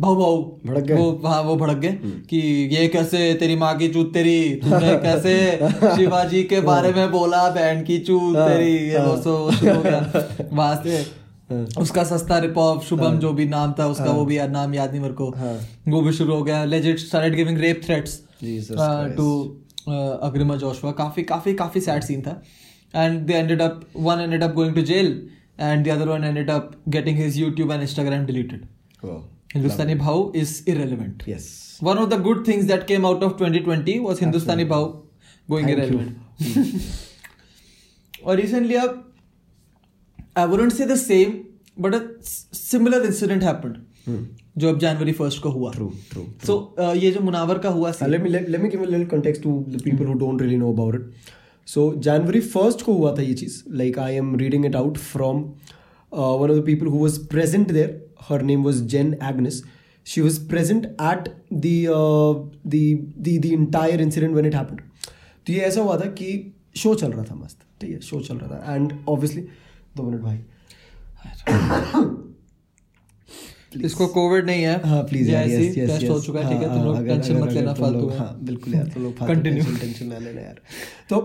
भाऊ भाऊ भड़क गए। हम्म। वो हाँ वो भड़क गए कि ये कैसे तेरी माँ की चूत तेरी तूने कैसे शिवाजी के बारे में बोला बहन की चूत हाँ, तेरी ये वो हाँ। सो शुरू हो गया वहां से उसका सस्ता रिप ऑफ शुभम जो भी नाम था उसका वो भी यार नाम याद नहीं मेरे को हाँ। वो भी शुरू हो गया legit started giving rape threats Jesus to Agrima Joshua काफी काफी काफी सैड सीन था and they ended up one ended up going to jail and the other one ended up getting his YouTube and Instagram deleted Hindustani Bhau is irrelevant Oh. Yes. One of the good things that came out of 2020 was Hindustani Bhau going Thank you. Mm, irrelevant और recently अब I wouldn't say the same but a similar incident happened जो अब जनवरी first को हुआ Hmm. True, true. सो ये जो मुनावर का हुआ Uh, let me let, let me give a little context to the people who don't really know about it. So January 1st को हुआ था ये चीज like I am reading it out from uh, one of the people who was present there. Her name was Jen Agnes. She was present at the uh, the the the entire incident when it happened. तो ये ऐसा हुआ था कि show चल रहा था मस्त ठीक है शो चल रहा था एंड ऑब्वियसली दो मिनट भाई इसको कोविड नहीं है हाँ प्लीज ये यार ऐसे ही yes, yes, टेस्ट हो yes. चुका है हाँ, ठीक है तुम हाँ, लोग अगर- टेंशन अगर- मत अगर लेना तुम फालतू लोग- में। हाँ बिल्कुल यार तुम लोग फालतू Continue. टेंशन टेंशन ना लेना यार तो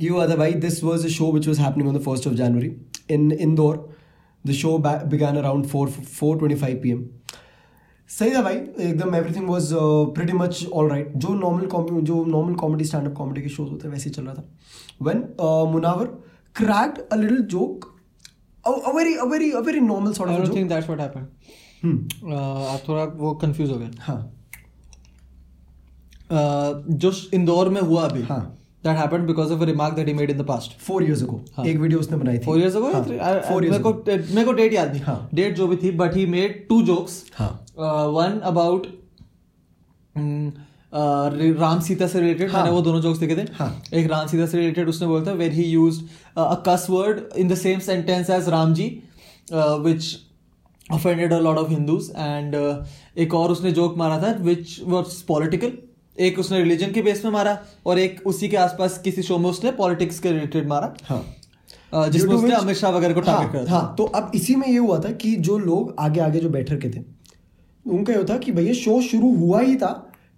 ये हुआ था भाई this was a show which was happening on the first of January in Indore the show began around four four twenty five P M सही था भाई एकदम uh, everything was pretty much all right जो नॉर्मल जो normal comedy stand up comedy के shows होते हैं वैसे ही चल रहा था uh, when Munawar cracked a little joke a very a very a very normal I sort don't of think that's what happened. Joke Uh, आप थोड़ा वो कंफ्यूज हो गए Hmm. हाँ Uh, जो इंदौर में हुआ अभी हाँ। That happened because of a remark that he made in the past four years ago हाँ। एक वीडियो उसने बनाई थी फोर इयर्स अगो हाँ, four years मेरे को ago. मेरे को डेट याद नहीं हाँ। डेट जो भी थी but he made two jokes हाँ वन अबाउट हम्म, राम सीता से रिलेटेड हाँ। मैंने वो दोनों जोक्स देखे थे हाँ। एक राम सीता से रिलेटेड उसने बोला था where he use a cuss word in the same sentence as Ram ji which offended a lot of hindus and uh, एक और उसने जोक मारा था विच was पॉलिटिकल एक उसने रिलीजन के बेस में मारा और एक उसी के आसपास किसी शो में उसने पॉलिटिक्स के रिलेटेड मारा हाँ अ, Uh, जिसमें Due to उसने which- अमित शाह वगैरह को टारगेट हाँ, करा था हाँ तो अब इसी में ये हुआ था कि जो लोग आगे आगे जो बैठ रखे थे उनका ये होता कि भैया शो शुरू हुआ ही था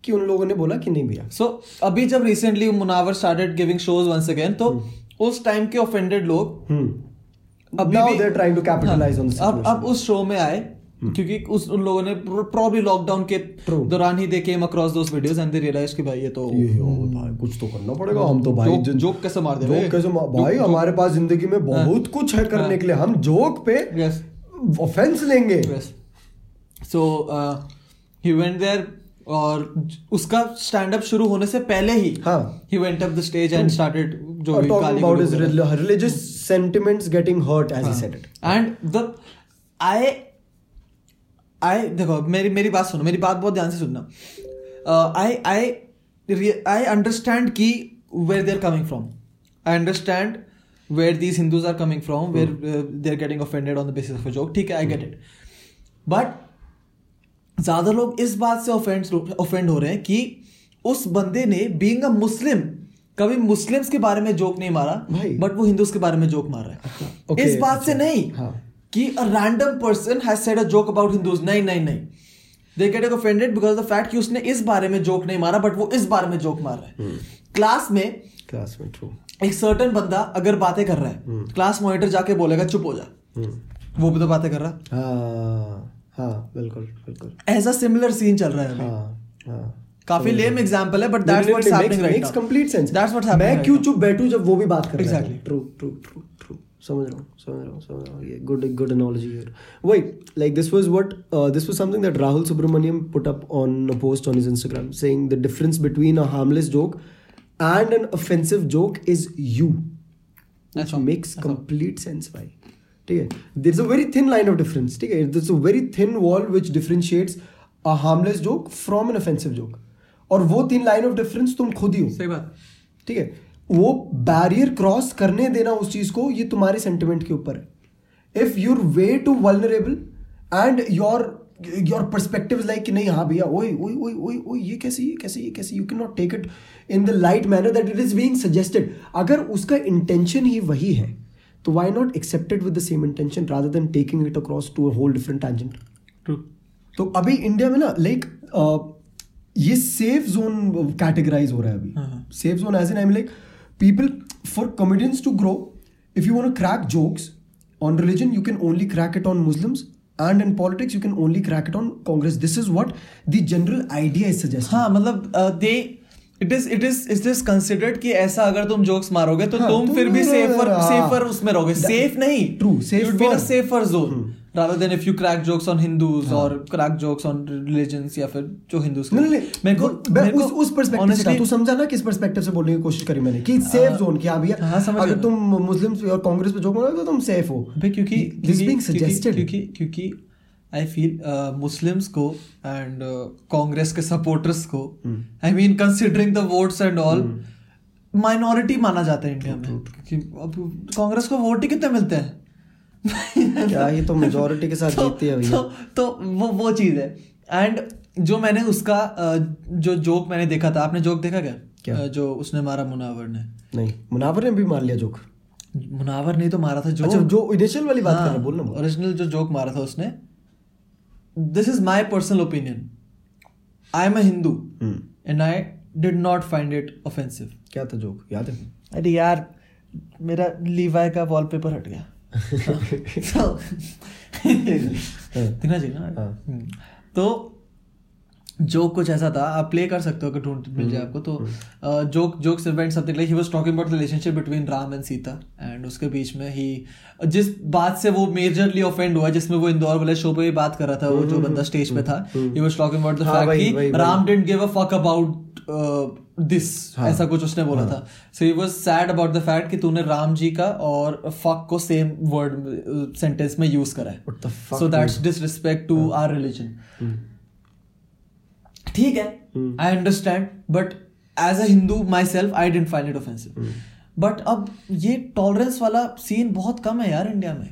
कि उन लोगों ने बोला कि नहीं भैया सो अभी जब recently Munawar started giving shows once again तो Hmm. उस टाइम के ऑफेंडेड लोग अब हम्म। अभी नाउ भी- हाँ। They trying to capitalise on अब अब उस शो में आए क्योंकि उस उन लोगों ने प्रॉब्ली लॉकडाउन के Hmm. True. दौरान ही देखे across those videos and they realise कि भाई ये तो भाई कुछ तो करना पड़ेगा हम तो भाई जोक- जोक कैसे मार दे जोक रहे? कैसे मार- भाई हमारे पास जिंदगी में बहुत कुछ है करने के लिए हम जोक पे हाँ। Yes. ऑफेंस लेंगे सो ही वेंट देयर और उसका स्टैंड अप शुरू होने से पहले ही हाँ। He went up the stage and started जो भी टॉकिंग गाली अबाउट गलौज हाँ। His religious sentiments getting hurt as he said it and the I I देखो मेरी मेरी बात सुनो मेरी बात बहुत ध्यान से Uh, सुनना आई आई आई अंडरस्टैंड कि where they are coming from I understand where these Hindus are coming from where they are getting offended on the basis of a joke ठीक है आई गेट इट बट ज़्यादा लोग इस बात से offend offend हो रहे हैं कि उस बंदे ने बीइंग अ मुस्लिम कभी मुस्लिम्स के बारे में जोक नहीं मारा भाई। बट वो हिंदूज के बारे में जोक मार रहा है Okay, इस बात से अच्छा, नहीं हाँ। कि a random person has said a joke about Hindus नहीं नहीं नहीं they get offended because of the fact कि उसने इस बारे में जोक नहीं मारा बट वो इस बारे में जोक मार रहा हम्म। है क्लास में क्लास में ट्रू एक सर्टन बंदा अगर बातें कर रहा हम्म। है क्लास मॉनिटर जाके बोलेगा चुप हो जा वो भी तो बातें कर रहा Hmm. हाँ हाँ बिल्कुल बिल्कुल है ऐसा सिमिलर सीन चल रहा है अभी। हाँ हाँ काफी लेम एग्जांपल है but that's Definitely what's happening makes- right makes complete sense. That's what's happening मैं क्यों चुप बैठूं जब वो भी बात कर रहा है Exactly. True true true true समझ रहा हूँ समझ रहा हूँ समझ रहा हूँ ये गुड गुड एनालॉजी हियर वही like this was what this was something that Rahul Subramaniam put up on a post on his Instagram saying the difference between a harmless joke and an offensive joke is you That's all. Makes complete sense भाई ठीक है there is a very thin line of difference ठीक है this a very thin wall which differentiates a harmless joke from an offensive joke और वो thin line of difference तुम खुद ही हो सही बात ठीक है वो बैरियर क्रॉस करने देना उस चीज को ये तुम्हारे सेंटिमेंट के ऊपर है if you're way too vulnerable and your your perspective like कि नहीं हाँ भैया ओए ओए ओए ओए ओए ये कैसे ये कैसे ये कैसे you can not take it in the light manner that it is being suggested अगर उसका इंटेंशन ही वही है तो why not accepted with the same intention rather than taking it across to a whole different tangent true तो अभी India में ना लाइक ये सेफ जोन कैटेगराइज हो रहा है हाँ। अभी safe zone as an I am like people for comedians to grow if you want crack jokes on religion you can only crack it on Muslims and in politics you can only crack it on Congress this is what the general idea is suggest हाँ मतलब they it is it is is this considered कि ऐसा अगर तुम jokes मारोगे तो हाँ, तुम तुम फिर भी नहीं सेफर रहोगे, हाँ। सेफर उसमें रहोगे That- सेफ नहीं True, safe Hmm. for- safer zone rather than if you crack jokes on hindus और crack jokes on religions या फिर जो हिंदूस हाँ। नहीं नहीं, मेरे को मैं मेरे को उस उस पर्सपेक्टिव से था honestly- तू समझा ना किस पर्सपेक्टिव से बोलने की कोशिश करी मैंने कि सेफ जोन कि हाँ भैया हाँ, समझ अगर गया। तुम मुस्लिम्स पे और कांग्रेस पे जोक मारोगे तो तुम सेफ हो अबे क्योंकि दिस बीइंग क्योंकि- सजेस्टेड क्योंकि क्योंकि आई फील मुस्लिम्स को एंड कांग्रेस के सपोर्टर्स को Hmm. I mean considering the votes and all Hmm. Minority माना जाता है तो, इंडिया में क्योंकि अब कांग्रेस को वोट ही कितने मिलते हैं क्या ये तो majority के साथ जीतती है भैया। तो, तो वो वो चीज़ है एंड जो मैंने उसका अ, जो जोक मैंने देखा था आपने जोक देखा क्या, क्या? अ, जो उसने मारा मुनावर ने नहीं मुनावर ने भी मार लिया जोक मुनावर ने तो मारा था जोक अच्छा जो इनिशियल वाली हाँ। बात कर रहा है, बोल ना बोल ओरिजिनल जो जोक मारा था उसने this is my personal opinion I am a Hindu हम्म, and I did not find it offensive क्या था जोक याद है अरे यार मेरा लीवाई का वॉलपेपर हट गया So, दिखना चाहिए ना हाँ। हम्म। तो जोक कुछ ऐसा था आप प्ले कर सकते हो अगर ढूंढ मिल हम्म। जाए आपको तो joke jokes event something like he was talking about relationship between Ram and Sita and उसके बीच में ही जिस बात से वो मेजरली ऑफेंड हुआ जिसमें वो इंदौर वाले शो पे भी बात कर रहा था वो जो बंदा स्टेज पे था he was talking about the हम्म। हाँ, फैक्ट वही- कि वही- Ram didn't give a fuck about this uh, ऐसा कुछ उसने बोला था so he was sad about the fact कि तूने राम जी का और फक को सेम वर्ड सेंटेंस में यूज करा है What the fuck, so that's disrespect to our religion ठीक है I understand but as a Hindu myself I dent find it offensive but अब ये टॉलरेंस वाला सीन बहुत कम है यार इंडिया में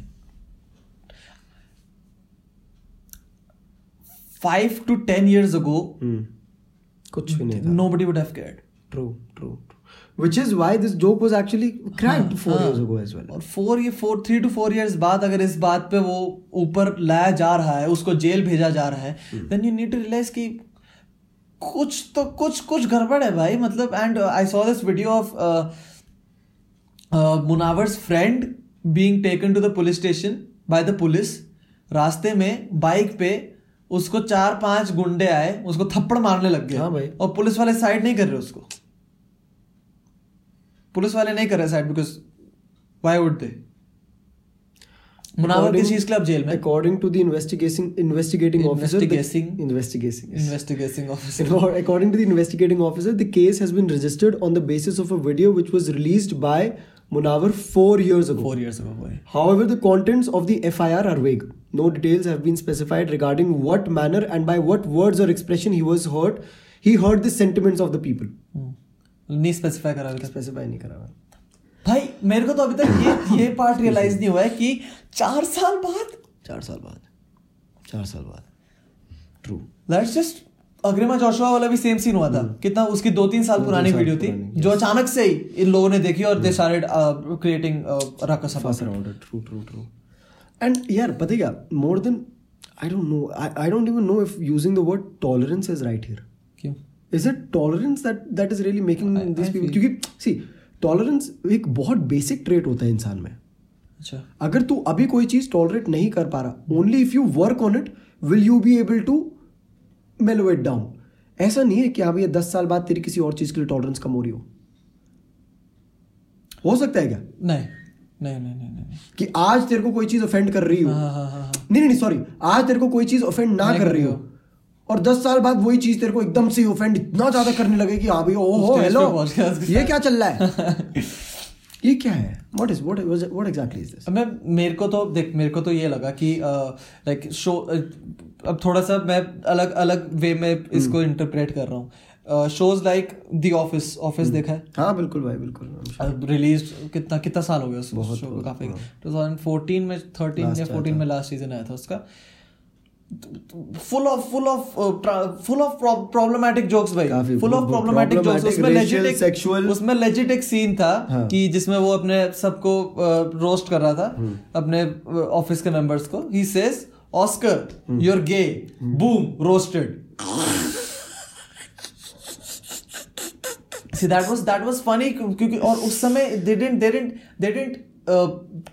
five to ten years ago हम्म, कुछ भी नहीं था nobody would have cared ट्रू ट्रू which is why this joke was actually cracked हाँ, four years ago as well और फोर ये four three two four years बाद अगर इस बात पे वो ऊपर लाया जा रहा है उसको जेल भेजा जा रहा Hmm. है then you need to realise कि कुछ तो कुछ कुछ गड़बड़ है भाई मतलब and I saw this video of uh, Munawar's friend being taken to the police station by the police रास्ते में बाइक पे उसको चार पांच गुंडे आए उसको थप्पड़ मारने लग गए हाँ भाई। और पुलिस वाले साइड नहीं कर रहे उसको पुलिस वाले नहीं कर रहे side because why would they Munawar किस चीज के लिए आप जेल में according to the investigation investigating officer the- Investigating. investigating yes. Investigating officer Or according to the investigating officer, the case has been registered on the basis of a video which was released by Munawar four years ago. Four years ago boy However, the contents of the FIR are vague. No details have been specified regarding what manner and by what words or expression he was hurt. He hurt the sentiments of the people. Hmm. नहीं specify करा अभी तक। Specify नहीं करा हुआ। भाई मेरे को तो अभी तक ये ये पार्ट रियलाइज नहीं हुआ है कि चार साल बाद चार साल बाद चार साल बाद true let's just Agrima Joshua वाला भी सेम सीन हुआ था कितना उसकी Hmm. दो तीन साल पुरानी Hmm. साल वीडियो थी पुरानी, जो अचानक से ही इन लोगों ने देखी और uh, they started creating ruckus fuss around it. True, true, true. And yeah, but yeah, more than I don't know. I, I don't even know if using the word tolerance is right here. क्यों Is it tolerance that that is really making these people? क्योंकि see tolerance एक बहुत basic trait होता है इंसान में. अच्छा अगर तू अभी कोई चीज टॉलरेट नहीं कर पा रहा only if you work on it will you be able to mellow it down ऐसा नहीं है कि अब ये दस साल बाद तेरी किसी और चीज के लिए टॉलरेंस कम हो रही हो हो सकता है क्या नहीं नहीं नहीं नहीं नहीं कि आज तेरे को कोई चीज ऑफेंड कर रही हो हाँ हाँ हाँ हाँ नहीं नहीं सॉरी आज तेरे को कोई चीज ऑफेंड ना कर रही हो और दस साल बाद वही चीज तेरे को एकदम से ऑफेंड इतना ज्यादा करने लगे कि हाँ अभी ओ हो Stage हेलो पे podcast के ये क्या चल रहा है ये क्या है what is what what exactly is this मैं मेरे को तो देख मेरे को तो ये लगा कि लाइक शो अब थोड़ा सा मैं अलग अलग वे में इसको इंटरप्रेट कर रहा हूँ shows like the Office Office देखा है हाँ बिल्कुल भाई बिल्कुल रिलीज कितना कितना साल हो गया उस शो को काफी 2014 में 13 या 14 में लास्ट सीजन आया था उसका full of full of full of problematic jokes भाई काफी full of problematic jokes problematic, उसमें racial, लेजिट एक sexual- उसमें लेजिट एक सीन था हाँ। कि जिसमें वो अपने सबको रोस्ट कर रहा हम्म। था अपने ऑफिस के मेंबर्स को ही says Oscar hmm. You are gay boom roasted see that was that was funny क्यों- क्योंकि और उस समय they didn't they didn't they didn't uh,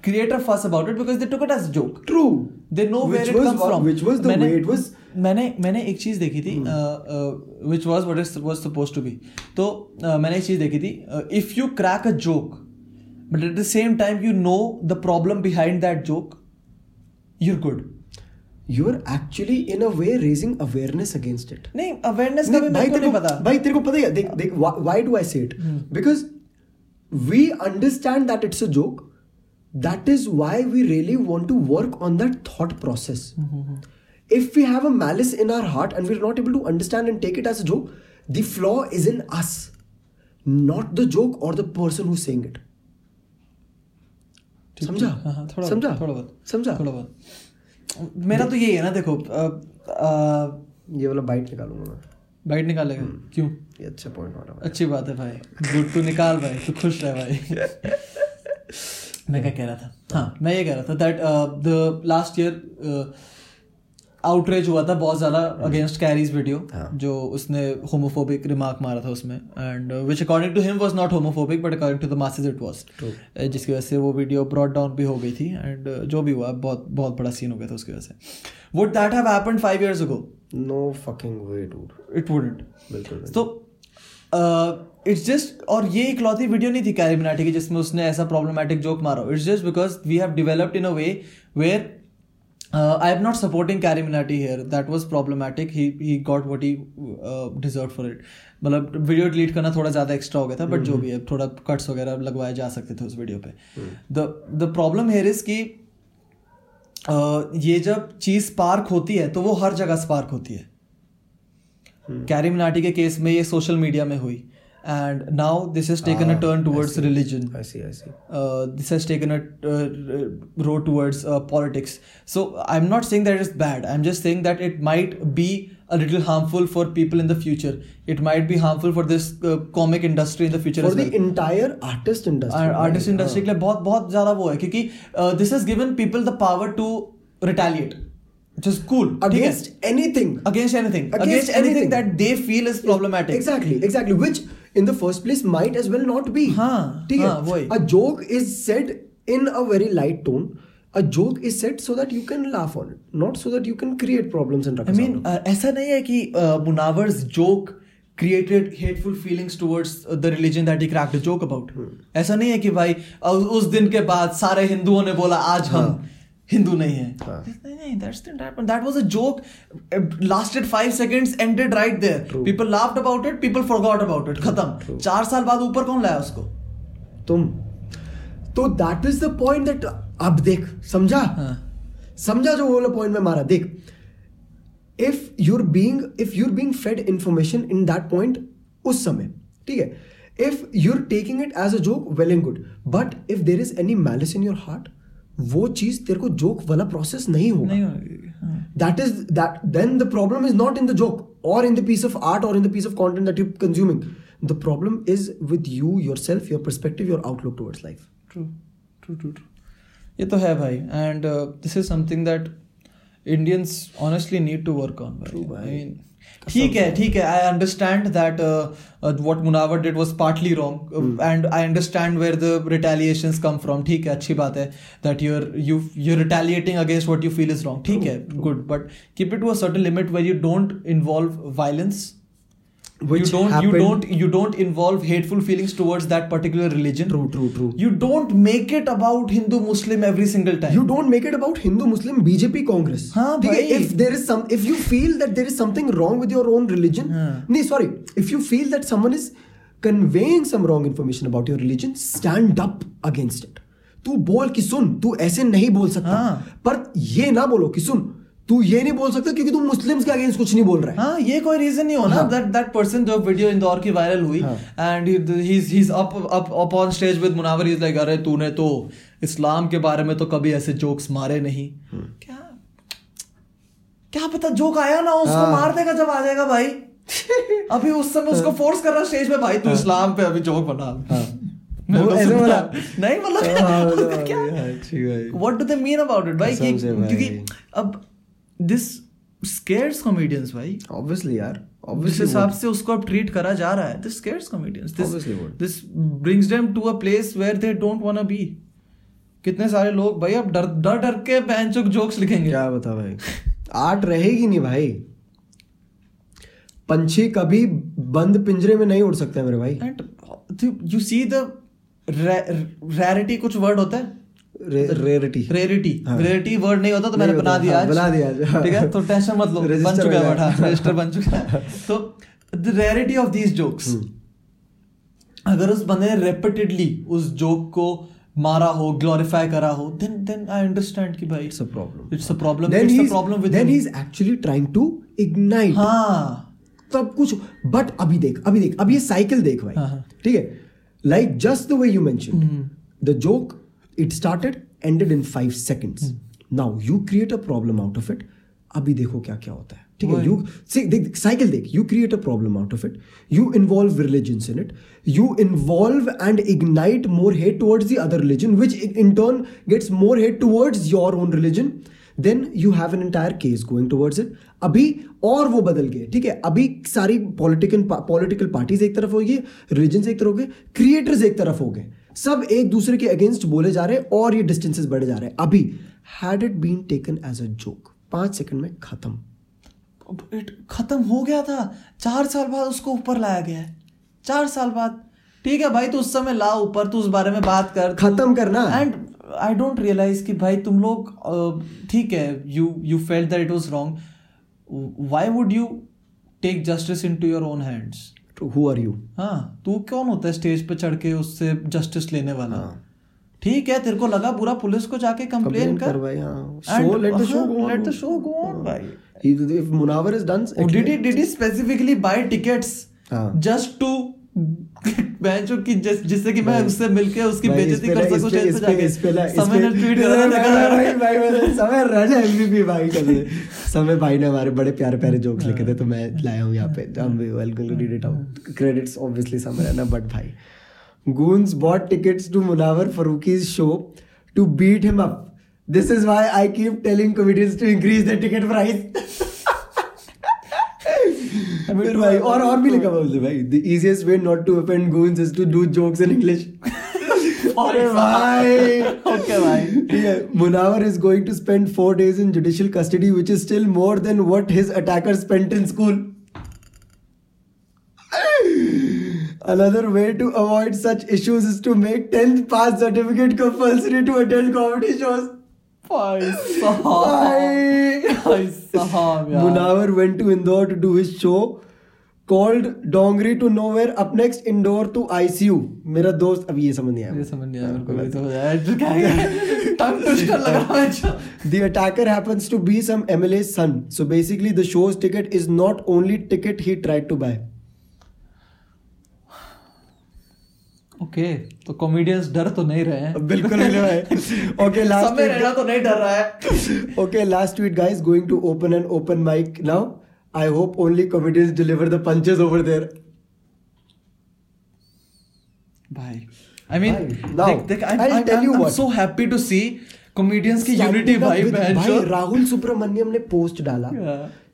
create a fuss about it because they took it as a joke true they know where Which it was- comes from which was the मैंने- way it was- Hmm. मैंने मैंने एक चीज देखी थी uh, which was what is was suppose to be तो uh, मैंने एक चीज देखी थी if you crack a joke but at the same time you know the problem behind that joke you're good you are actually in a way raising awareness against it नहीं awareness का भी मेरे को नहीं पता भाई तेरे को पता ही है देख देख why do I say it Hmm. Because we understand that it's a joke that is why we really want to work on that thought process Mm-hmm. If we have a malice in our heart and we are not able to understand and take it as a joke the flaw is in us not the joke और the person who saying it ठीक- समझा हाँ, हाँ, थोड़ा समझा बहुत, थोड़ा बहुत समझा थोड़ा बहुत मेरा तो यही है ना देखो बाइट ये वाला बाइट निकालूंगा मैं निकालेगा क्यों ये अच्छा पॉइंट हो रहा है अच्छी बात है भाई गुड टू निकाल भाई तू खुश रह भाई मैं क्या कह रहा था हाँ मैं ये कह रहा था uh, that the last year outrage uh, हुआ था बहुत ज़्यादा अगेंस्ट कैरीज वीडियो जो उसने होमोफोबिक रिमार्क मारा था उसमें uh, and which according to him was not homophobic but according to the masses it was Uh, जिसकी वजह से वो वीडियो ब्रॉड डाउन भी हो गई थी एंड जो भी हुआ बहुत बहुत बड़ा सीन हो गया था उसकी वजह से would that have happened five years ago no fucking way dude it wouldn't बिल्कुल तो इट्स जस्ट और ये इकलौती वीडियो नहीं थी कैरी मिनाटी की जिसमें उसने ऐसा प्रॉब्लमेटिक जोक मारा it's just because we have developed in a way where I am not supporting carry Minati here that was problematic he he got what he deserve for it मतलब video delete करना थोड़ा ज़्यादा extra हो गया था but जो भी है थोड़ा कट्स वगैरह लगवाए जा सकते थे उस वीडियो पे the the problem here is कि अ, ये जब चीज़ स्पार्क होती है तो वो हर Hmm. जगह स्पार्क होती है कैरी मिनाटी के केस में ये सोशल मीडिया में हुई and now this has taken a turn towards religion I Ah, see, I see. uh, this has taken a uh, road towards uh, politics. So I'm not saying that it's bad. I'm just saying that it might be a little harmful for people in the future. It might be harmful for this uh, comic industry in the future For as well. the entire artist industry. Ah. Our right? Artist industry के लिए बहुत बहुत ज़्यादा वो है क्योंकि uh, this has given people the power to retaliate which is cool ठीक है Against anything. against anything Against against anything anything. that they feel is problematic Exactly, exactly. Which in the first place might as well not be. हाँ, ठीक है? हाँ, वही। A joke is said in a very light tone. A joke is said so that you can laugh on it, not so that you can create problems and I ruckus out mean uh, ऐसा नहीं है कि uh, Munawar's joke created hateful feelings towards the religion that he cracked joke about ऐसा नहीं है कि भाई अ, उस उस दिन के बाद सारे हिंदुओं ने बोला आज हम हिंदू नहीं है हाँ। नहीं that's that was a joke uh, lasted five seconds ended right there people laughed about it people forgot about it खत्म चार साल बाद ऊपर कौन लाया उसको तुम तो that is the point that अब देख समझा हाँ। समझा जो बोला पॉइंट में मारा देख if you're being if you're being fed information in that point उस समय ठीक है if you're taking it as a joke well and good but if there is any malice in your heart वो चीज तेरे को जोक वाला process नहीं होगा नहीं that is that then the problem is not in the joke or in the piece of art or in the piece of content that you're consuming the problem is with you yourself your perspective your outlook towards life true true true true ये तो है भाई and this is something that Indians honestly need to work on True भाई। ठीक है ठीक है I understand that what Munawar did was partly Hmm. Wrong and I understand where the retaliations come from ठीक है अच्छी बात है that you are you you retaliating against what you feel is wrong ठीक है good but keep it to a certain limit where you don't involve violence Which you don't you happened- don't you don't involve hateful feelings towards that particular religion True, true, true. you don't make it about hindu muslim every single time you don't make it about hindu muslim bjp congress हाँ ठीक है? भाई। if there is some if you feel that there is something wrong with your own religion हाँ। no sorry if you feel that someone is conveying some wrong information about your religion stand up against it तू बोल कि सुन तू ऐसे नहीं बोल सकता हाँ। पर ये ना बोलो कि सुन तू ये नहीं बोल सकता क्योंकि तू मुस्लिम्स के अगेंस्ट कुछ नहीं बोल रहा है हाँ ये कोई रीजन नहीं हो ना हाँ। दैट दैट पर्सन जो वीडियो इंदौर की वायरल हुई and he he is up up up on stage with Munawar is like अरे तूने तो इस्लाम के बारे में तो कभी ऐसे जोक्स मारे नहीं हाँ। क्या क्या पता जोक आया ना उसको हाँ। मार देगा जब आ जाएगा भाई अभी उस समय उसको फोर्स कर रहा स्टेज पे भाई तू इस्लाम पे अभी जोक बना मेरे हाँ। वो को ऐसे सुनना- बोला? हाँ, नहीं मतलब क्या what do they mean about it भाई कि कसम से भाई। क्योंकि अब this scares comedians भाई ऑब्वियसली यार जिस ऑब्वियसली हिसाब से उसको अब ट्रीट करा जा रहा है this scares comedians this Obviously would. this brings them to a place where they don't wanna be कितने सारे लोग भाई अब डर डर डर के बेंचों जोक्स लिखेंगे क्या बता भाई आर्ट रहेगी नहीं भाई पंछी कभी बंद पिंजरे में नहीं उड़ सकते मेरे भाई and uh, you see the rarity कुछ वर्ड होता है रेरिटी रेरिटी हाँ। रेरिटी वर्ड नहीं होता तो नहीं मैंने बना होता, दिया हाँ, आज बना दिया आज। ठीक है तो टेंशन मत लो बन Register हाँ। चुका है हो बड़ा गया। रजिस्टर बन चुका है तो the rarity of these jokes हम्म। अगर उस बंदे ने रेपिटेडली उस जोक को मारा हो ग्लोरीफाई करा हो देन देन आई अंडरस्टैंड कि भाई it's a problem it's a problem then it's he a problem with then he is actually trying to ignite हाँ। हां सब कुछ बट अभी देख अभी देख अब ये साइकिल देख भाई हाँ, हम्म। हाँ। ठीक है like just the way you mention the joke it started ended in five seconds hmm. Now you create a problem out of it अभी देखो क्या क्या होता है ठीक है वही। यू see देख साइकिल देख you create a problem out of it you involve religions in it you involve and ignite more hate towards the other religion which in turn gets more hate towards your own religion then you have an entire case going towards it अभी और वो बदल गए ठीक है अभी सारी political political parties एक तरफ हो गई रिलीजन एक तरफ हो गए क्रिएटर्स एक तरफ हो गए सब एक दूसरे के अगेंस्ट बोले जा रहे हैं और ये डिस्टेंसेस बढ़े जा रहे हैं अभी had it been taken as a joke पाँच सेकंड में खत्म अब it खत्म हो गया था चार साल बाद उसको ऊपर लाया गया है चार साल बाद ठीक है भाई तो उस समय ला ऊपर तू उस बारे में बात कर तू- खत्म करना। एंड आई डोंट रियलाइज कि भाई तुम लोग अ, ठीक है you you felt that it was wrong why would you take justice into your own hands who are you हाँ तू कौन होता है स्टेज पे चढ़ के उससे जस्टिस लेने वाला हाँ। ठीक है तेरे को लगा बुरा पुलिस को जाके कंप्लेन Complaint कर कर भाई, हाँ। And- Show, let the show हाँ, go on. हाँ। let the show go on, भाई। He- If Munawar is done, Oh, did he did he specifically buy tickets हाँ. just to बहन चो कि जिस जिससे कि मैं उससे मिलके उसकी भाई, इस बेइज्जती पे कर ना- इस सकूं पे- चैन इस से पे- जाके इस पे ना- इस समय पे- ने ट्वीट करा था भाई, देखा था भाई, भाई, भाई, समय रन MVP भाई कर दे। समय भाई ने हमारे बड़े प्यारे प्यारे जोक्स लिखे थे तो मैं लाया हूँ यहाँ हाँ। पे हम welcome read it out credits obviously समय ना बट भाई Goons bought tickets to Munawar Faruqi's show to beat him up. This is why I keep telling comedians to increase their ticket price. फिर भाई और और भी लिखा हुआ है उसने भाई the easiest way not to offend goons is to do jokes in English अरे भाई Okay, भाई। ठीक है Munawar is going to spend four days in judicial custody which is still more than what his attacker spent in school Another way to avoid such issues is to make 10th pass certificate compulsory to attend comedy shows. भाई साहब Bye. भाई साहब यार Munawar went to Indore to do his show called Dongri to Nowhere. Up next, Indore to ICU. मेरा दोस्त अब ये समझ नहीं ये आया समझ नहीं आया मेरे को भी तो यार क्या है टंग टुश कर लग रहा है अच्छा The attacker happens to be some MLA's son. So basically, the show's ticket is not only ticket he tried to buy. Okay तो कॉमेडियंस डर तो नहीं रहे हैं बिल्कुल ओके लास्ट समय रहना तो नहीं डर रहा है okay, last tweet, guys. Going to open an open mic now. I hope only comedians deliver the punches over there. भाई आई मीन भाई, now, देख देख I I'll I tell you am what. So happy to see comedians की Standing unity up भाई with- बहन भाई राहुल सुब्रमण्यम ने post डाला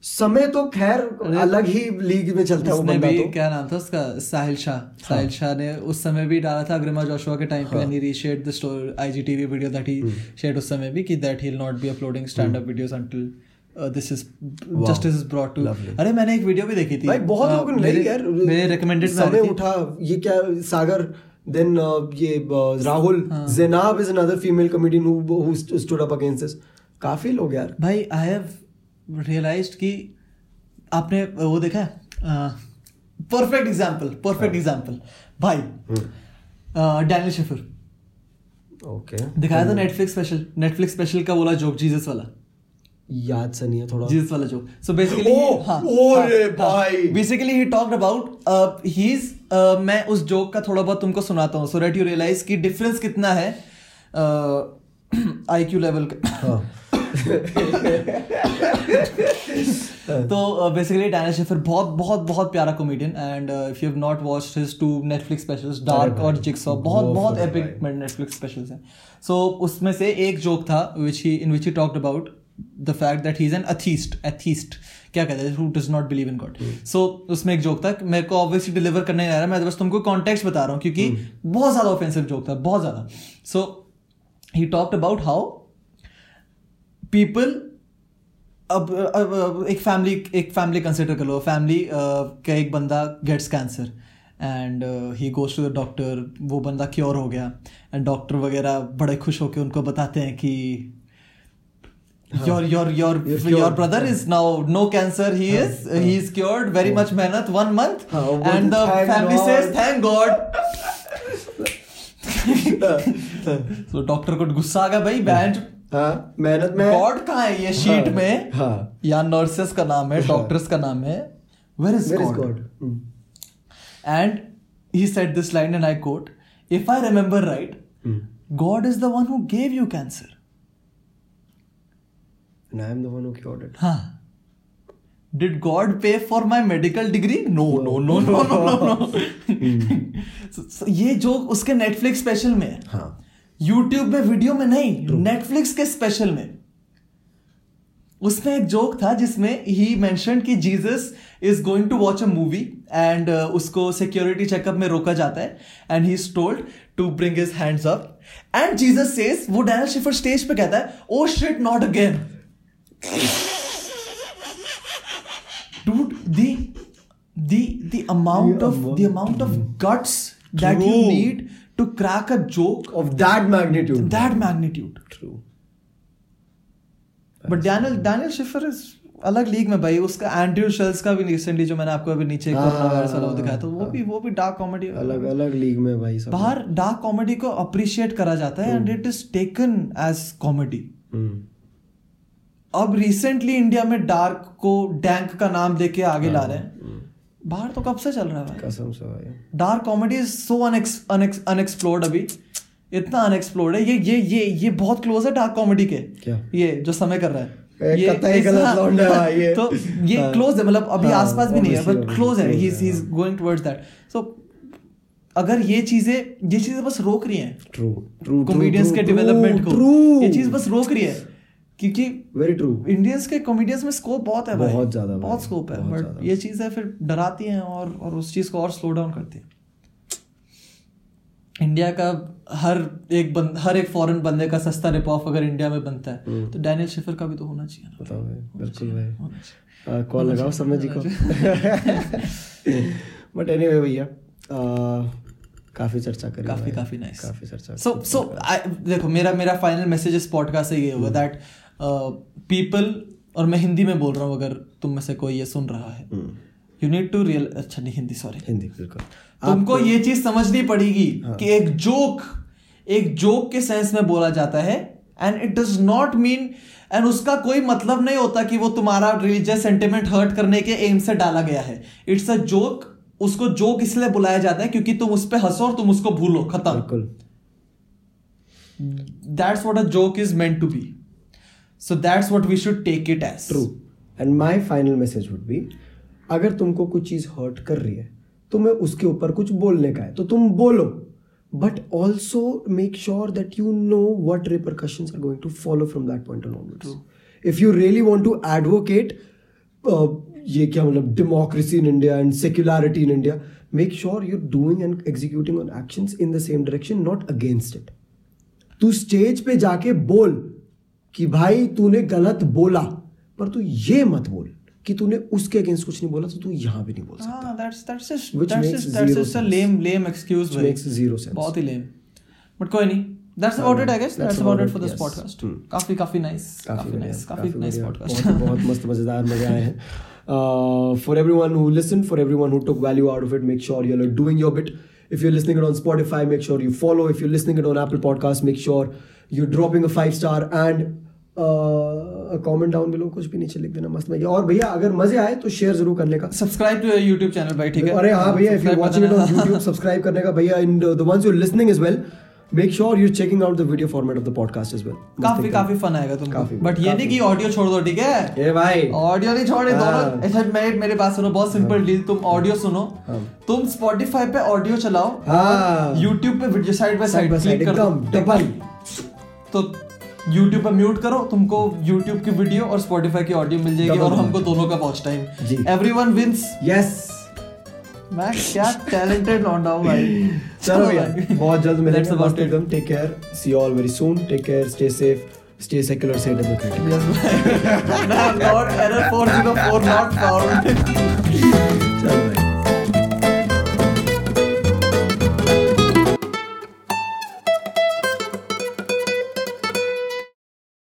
समय तो खैर अलग ही लीग में चलता हूँ उसने बंदा भी तो हाँ। क्या नाम था उसका साहिल शाह साहिल शाह ने उस समय भी डाला था अग्रिमा जोशुआ के टाइम पे and he reshared the story IGTV video that he हम्म। शेयर्ड उस समय भी कि that he will not be uploading stand up videos until this is justice is brought to Lovely. अरे मैंने एक वीडियो भी देखी थी भाई बहुत अ, लोगों ने मेरे- नहीं यार मेरे रिकमेंडेड में आ समय रही थी। उठा ये क्या सागर देन ये uh, राहुल हाँ। Zainab is another female comedian who who stood up against this काफी लोग यार भाई आई हैव रियलाइज्ड कि आपने वो देखा है Uh, परफेक्ट एग्जांपल परफेक्ट हाँ। एग्जांपल भाई हम्म। uh, डैनियल शेफर ओके दिखाया था नेटफ्लिक्स स्पेशल नेटफ्लिक्स स्पेशल का बोला जोक जीसस वाला याद से नहीं है थोड़ा जीसस वाला जोक सो बेसिकली ओ, हाँ, ओरे भाई। Basically he talked about he is uh, मैं उस जोक का थोड़ा बहुत तुमको सुनाता हूँ सो दैट यू रियलाइज कि डिफरेंस कितना है uh, आई क्यू लेवल का हाँ। तो बेसिकली डैनियल शेफर बहुत बहुत बहुत प्यारा uh, comedian and if you have not watched his two Netflix specials Dark और जिक्सॉ बहुत बहुत एपिक नेटफ्लिक्स स्पेशल्स हैं सो उसमें से एक जोक था which he in which he talked about the fact that he is an atheist atheist क्या कहते हैं who does not believe in God so उसमें एक जोक था कि मेरे को ऑब्वियसली डिलीवर करने नहीं आ रहा मैं बस तुमको कॉन्टेक्स्ट बता रहा हूँ क्योंकि बहुत ज़्यादा ऑफेंसिव जोक था बहुत ज़्यादा so he talked about how people अब, अब, अब एक फैमिली एक फैमिली कंसिडर कर लो फैमिली का एक बंदा gets cancer and he goes to the doctor वो बंदा क्योर हो गया एंड डॉक्टर वगैरह बड़े खुश होकर उनको बताते हैं कि योर योर योर हाँ। You're you're cured. Brother is now no cancer he is he is cured very much मेहनत वन मंथ हाँ, वो and the thank family God. Says thank God तो डॉक्टर को गुस्सा आ गया भाई बैंड हाँ मेहनत में गॉड कहाँ है ये शीट हाँ, में हाँ या नर्सेस का नाम है हाँ। डॉक्टर्स का नाम है where is where is God God hmm. And he said this line and I quote if I remember right God is the one who gave you cancer and I am the one who cured it हाँ did God pay for my medical degree no no no no no no no ये joke उसके Netflix special में है हाँ YouTube में video में नहीं Netflix के स्पेशल में उसमें एक जोक था जिसमें ही मेंशन कि Jesus is going to watch a movie and uh, उसको सिक्योरिटी चेकअप में रोका जाता है and he is told to bring his hands up and Jesus says वो डैनियल शिफर स्टेज पे कहता है "Oh oh shit not again dude the the the amount The of the amount of guts that you True. need to crack a joke of that magnitude that magnitude true but Daniel Daniel Schiffer is अलग league में भाई उसका Andrew Schulz का भी recently जो मैंने आपको अभी नीचे हाँ, कोरोना वायरस वाला वो हाँ, दिखाया था वो भी वो भी डार्क कॉमेडी अलग अलग लीग में भाई सब बाहर डार्क कॉमेडी को अप्रिशिएट करा जाता है and Hmm. It is taken as comedy hmm. हाँ। अब रिसेंटली इंडिया में डार्क को डैंक का नाम देके आगे ला रहे हैं बाहर तो कब से चल रहा है भाई कसम से भाई dark comedy is so unexplored अभी इतना अनएक्सप्लोर्ड है ये ये ये ये बहुत क्लोज है डार्क कॉमेडी के क्या? ये जो समय कर रहा है ए, कतई इस- गलत हाँ, लौंडा है भाई ये। तो ये हाँ, क्लोज है मतलब अभी हाँ, आसपास भी नहीं है obviously, बट क्लोज है obviously, हाँ। He is going towards that so अगर ये चीजें ये चीजें बस रोक रही हैं ट्रू ट्रू कॉमेडियंस के डेवलपमेंट को ये चीज बस रोक रही है क्योंकि वेरी ट्रू इंडियंस के कॉमेडियंस में स्कोप बहुत है भाई बहुत ज्यादा बहुत भाई, स्कोप है बहुत बट ज्यादा। ये चीज है फिर डराती हैं और और उस चीज को और स्लो डाउन करती है इंडिया का हर एक बंद हर एक फॉरेन बंदे का सस्ता रिप ऑफ अगर इंडिया में बनता है तो डैनियल शिफर का भी तो होना चाहिए ना बताओ भाई हम्म। बिल्कुल होना भाई आ, कॉल लगाओ समय जी को बट एनीवे भैया आ, काफी चर्चा करी काफी भाई। काफी नाइस काफी चर्चा सो सो देखो मेरा मेरा फाइनल मैसेज इस पॉडकास्ट से ये होगा हम्म। दैट पीपल और मैं हिंदी में बोल रहा हूँ अगर तुम में से कोई ये सुन रहा है हम्म। यू नीड टू रियल अच्छा नहीं हिंदी सॉरी हिंदी बिल्कुल तुमको ये चीज समझनी पड़ेगी हाँ। कि एक जोक एक जोक के सेंस में बोला जाता है and it does not mean and उसका कोई मतलब नहीं होता कि वो तुम्हारा रिलीजियस सेंटिमेंट हर्ट करने के एम से डाला गया है इट्स अ जोक उसको जोक इसलिए बुलाया जाता है क्योंकि तुम उस पर हंसो और तुम उसको भूलो खत्म बिल्कुल that's what a joke is meant to be so that's what we should take it as true and my final message would be अगर तुमको कोई चीज हर्ट कर रही है तुम्हें उसके ऊपर कुछ बोलने का है तो तुम बोलो but also make sure that you know what repercussion are going to follow from that point onwards if you really want to advocate uh, ये क्या मतलब democracy in India and secularity in India make sure you doing and executing on action in the same direction not against it तू stage पे जाके बोल कि भाई तूने गलत बोला पर तू ये मत बोल कि तूने उसके अगेंस्ट कुछ नहीं बोला तो तू यहाँ भी नहीं बोल सकता ah, that's that's just Which that's makes just that's zero just a sense. lame lame excuse Which bhai. makes zero sense. बहुत ही lame but कोई नहीं that's about it I guess हाँ, that's that's about about it for it, this yes. Hmm. podcast काफी काफी nice काफी बढ़िया, nice काफी nice बढ़िया, podcast बहुत बहुत मस्त मजेदार मजे आए Uh, हैं for everyone who listen for everyone who took value out of it make sure you are doing your bit if you listening it on Spotify make sure you follow if you listening it on Apple podcast make sure you dropping a five star and comment down below कुछ भी नीचे लिख देना मस्त भैया और भैया अगर मजे आए तो शेयर जरूर करने का subscribe to your YouTube channel भाई ठीक है अरे हाँ भैया if you Subscribe watching it करना। ऑन YouTube सब्सक्राइब करने का भैया in the once you listening as well make sure you checking out the video format of the podcast as well काफी काफी फन आएगा काफी, तुमको बट ये नहीं कि ऑडियो छोड़ दो ठीक है ये भाई ऑडियो नहीं छोड़े हाँ। दोनों अच्छा मेरे मेरे बात सुनो बहुत सिंपल डील तुम ऑडियो सुनो हाँ। तुम Spotify पे ऑडियो चलाओ हाँ यूट्यूब पे video side by side side by side click करो एकदम डबल तो यूट्यूब पे म्यूट करो तुमको यूट्यूब की वीडियो और स्पॉटिफाई की ऑडियो मिल जाएगी Double और down. हमको दोनों का वॉच जी। टाइम एवरीवन विंस यस मैं क्या टैलेंटेड लौंडा हूं भाई चलो भैया बहुत जल्द That's मिलेंगे about मस्त it. एकदम take care see you all very soon take care stay safe stay secular stay democratic Yes, bhai. Not error 4049 not found.